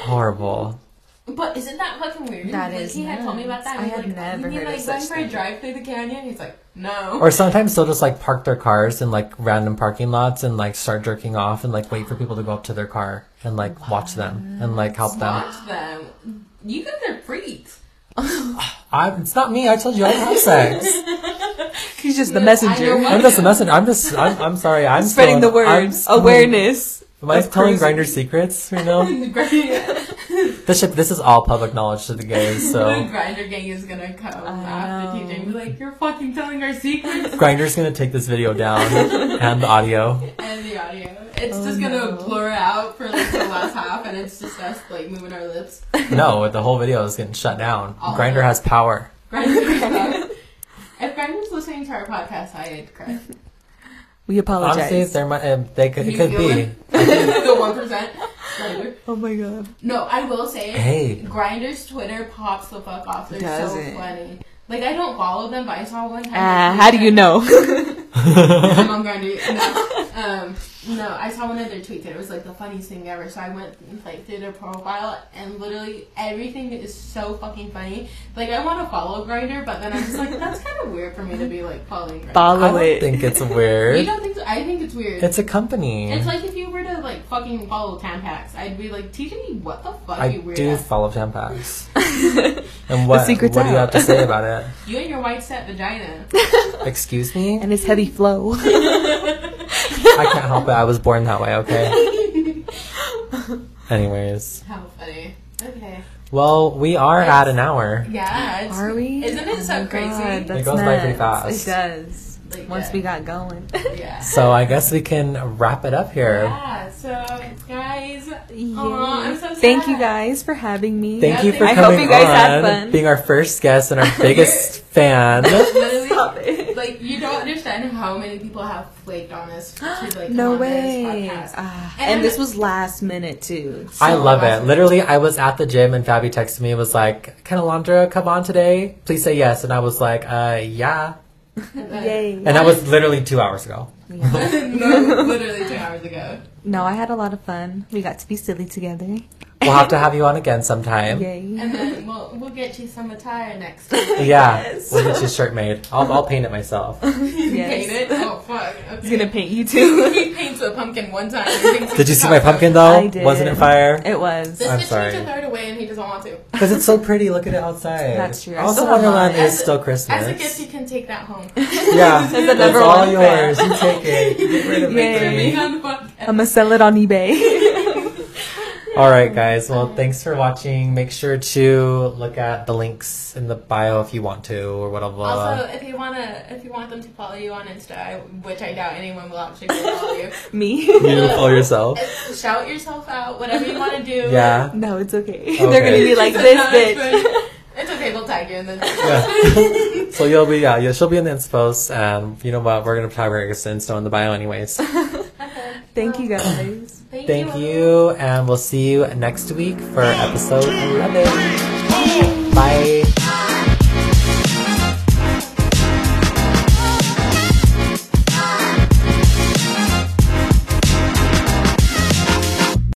Speaker 1: Horrible.
Speaker 2: But isn't that fucking weird?
Speaker 3: That
Speaker 2: like,
Speaker 3: is
Speaker 2: He had told me about
Speaker 3: nuts.
Speaker 2: that.
Speaker 3: I
Speaker 2: He's
Speaker 3: had
Speaker 2: like,
Speaker 3: never
Speaker 2: you mean,
Speaker 3: heard
Speaker 2: like,
Speaker 3: of
Speaker 2: going
Speaker 3: such
Speaker 2: for a
Speaker 3: thing.
Speaker 2: drive through the canyon? He's like, no.
Speaker 1: Or sometimes they'll just like park their cars in like random parking lots and like start jerking off and like wait for people to go up to their car and like watch them and like help them.
Speaker 2: watch them. You guys are freaks.
Speaker 1: I, it's not me. I told you I don't have sex.
Speaker 3: He's just the
Speaker 2: Yeah, I know
Speaker 3: messenger.
Speaker 2: what-
Speaker 1: I'm just a messenger. I'm just. I'm, I'm sorry. I'm
Speaker 3: Spreading
Speaker 1: still-
Speaker 3: the word.
Speaker 1: I'm still-
Speaker 3: Awareness.
Speaker 1: Am I
Speaker 3: of
Speaker 1: telling
Speaker 3: cruising.
Speaker 1: Grinder secrets right now?
Speaker 2: The grinder,
Speaker 1: this should, This is all public knowledge to the gays.
Speaker 2: the
Speaker 1: So
Speaker 2: grinder gang is gonna come
Speaker 3: know.
Speaker 2: after TJ and be like, you're fucking telling our secrets
Speaker 1: Grinder's gonna take this video down and the audio.
Speaker 2: and the audio. It's just
Speaker 3: Oh, no.
Speaker 2: gonna blur out for like the last half, and it's just us like moving our lips.
Speaker 1: No, the whole video is getting shut down.
Speaker 2: All of
Speaker 1: Grinder
Speaker 2: it.
Speaker 1: has power.
Speaker 2: Grinder. if Grinder's listening to our podcast, I'd cry.
Speaker 3: We apologize.
Speaker 1: Honestly, if there might, if they could, it
Speaker 2: You
Speaker 1: could
Speaker 2: feel
Speaker 1: be.
Speaker 2: it? the one percent.
Speaker 3: oh my god.
Speaker 2: No, I will say,
Speaker 1: Hey.
Speaker 2: Grinder's Twitter pops the fuck off. They're
Speaker 3: Does
Speaker 2: so
Speaker 3: it?
Speaker 2: funny. Like I don't follow them, but I saw one time.
Speaker 3: Uh, how do you know?
Speaker 2: I'm on Grinder. No, um, no, I saw one of their tweets and it was like the funniest thing ever. So I went like through their profile and literally everything is so fucking funny. Like I want to follow Grinder, but then I'm just like, that's kind of weird for me to be like following Grinder.
Speaker 1: I
Speaker 3: Follow
Speaker 1: don't
Speaker 3: it.
Speaker 1: think it's
Speaker 2: You
Speaker 1: weird.
Speaker 2: don't think? So? I think it's weird.
Speaker 1: It's a company.
Speaker 2: It's like if you were to like fucking follow Tampax, I'd be like, TJ, what the fuck,
Speaker 1: I
Speaker 2: you weirdo?
Speaker 1: do follow Tampax. and what, what
Speaker 3: secret's
Speaker 1: do you have
Speaker 3: out.
Speaker 1: to say about it?
Speaker 2: You and your white set vagina.
Speaker 1: Excuse me?
Speaker 3: and it's heavy flow.
Speaker 1: I can't help it. I was born that way, okay? Anyways.
Speaker 2: How funny. Okay.
Speaker 1: Well, we are at an hour.
Speaker 2: Yeah. It's,
Speaker 3: Are we? Oh
Speaker 2: Isn't it so
Speaker 3: my
Speaker 2: crazy?
Speaker 3: God,
Speaker 1: goes by pretty
Speaker 3: nuts.
Speaker 1: fast.
Speaker 3: It does.
Speaker 2: Like,
Speaker 3: once
Speaker 2: yeah.
Speaker 3: we got going.
Speaker 2: Yeah.
Speaker 1: So I guess we can wrap it up here.
Speaker 2: Yeah. So guys,
Speaker 3: Yeah.
Speaker 2: Aw, I'm so
Speaker 3: Thank you
Speaker 2: sad.
Speaker 3: guys for having me.
Speaker 1: Thank
Speaker 2: Yeah,
Speaker 1: you for
Speaker 2: thank you. I hope
Speaker 1: coming
Speaker 3: you guys had
Speaker 1: on,
Speaker 3: fun.
Speaker 1: being our first guest and our biggest fan.
Speaker 2: literally,
Speaker 3: Stop it.
Speaker 2: like you don't understand how many people have flaked on us to like come
Speaker 3: no
Speaker 2: on
Speaker 3: way.
Speaker 2: This podcast.
Speaker 3: Ah,
Speaker 2: And-
Speaker 3: and, this was last minute too.
Speaker 1: I
Speaker 2: So
Speaker 1: love it.
Speaker 2: awesome.
Speaker 1: Literally, I was at the gym and Fabi texted me and was like, "Can Alondra come on today? Please say yes." And I was like, "Uh, yeah."
Speaker 2: But-
Speaker 3: Yay.
Speaker 1: And that was literally two hours ago.
Speaker 3: Yeah.
Speaker 2: no, literally two hours ago.
Speaker 3: No, I had a lot of fun. We got to be silly together.
Speaker 1: We'll have to have you on again sometime.
Speaker 3: Yay.
Speaker 2: And then we'll we'll get you some attire next time.
Speaker 1: Yeah, we'll get your shirt made. I'll, I'll paint it myself.
Speaker 2: Paint it. Oh fuck. Okay.
Speaker 3: He's gonna paint you too.
Speaker 2: he paints a pumpkin one time. and thinks
Speaker 1: Did you
Speaker 2: it's
Speaker 1: see my
Speaker 2: awesome.
Speaker 1: pumpkin though?
Speaker 3: I did.
Speaker 1: Wasn't it fire?
Speaker 3: it was.
Speaker 2: This
Speaker 1: I'm
Speaker 2: bitch
Speaker 1: sorry.
Speaker 2: needs to throw it away, and he doesn't want to.
Speaker 1: Because it's so pretty. Look at it outside.
Speaker 3: That's true. I
Speaker 1: Also,
Speaker 3: still have
Speaker 1: Wonderland
Speaker 3: mine.
Speaker 1: is
Speaker 2: As a-
Speaker 1: still Christmas.
Speaker 2: As a gift, you can take that home.
Speaker 1: yeah,
Speaker 3: As a
Speaker 1: it's
Speaker 3: number
Speaker 1: all
Speaker 3: one fan.
Speaker 1: yours. You take it. You get rid of
Speaker 3: Yay.
Speaker 1: it.
Speaker 2: For
Speaker 1: Jimmy.
Speaker 2: being on the podcast.
Speaker 3: I'm gonna sell it on eBay.
Speaker 1: All right, guys. Well, thanks for watching. Make sure to look at the links in the bio if you want to, or whatever.
Speaker 2: Also, if you wanna, if you want them to follow you on Insta, I- which I doubt anyone will actually follow you,
Speaker 3: Me?
Speaker 1: you follow yourself.
Speaker 2: shout yourself out, whatever you wanna do.
Speaker 1: Yeah.
Speaker 3: No, it's okay.
Speaker 1: Okay.
Speaker 3: They're gonna be like
Speaker 2: It's
Speaker 3: this
Speaker 2: not
Speaker 3: bitch.
Speaker 2: good. It's okay, we'll tag you in the.
Speaker 1: yeah. so you'll be yeah, yeah, she'll be in the ins post. Um, you know what? We're gonna tag her Insta on the bio, anyways.
Speaker 3: Thank you guys.
Speaker 2: Thank,
Speaker 1: Thank you, and we'll see you next week for episode eleven.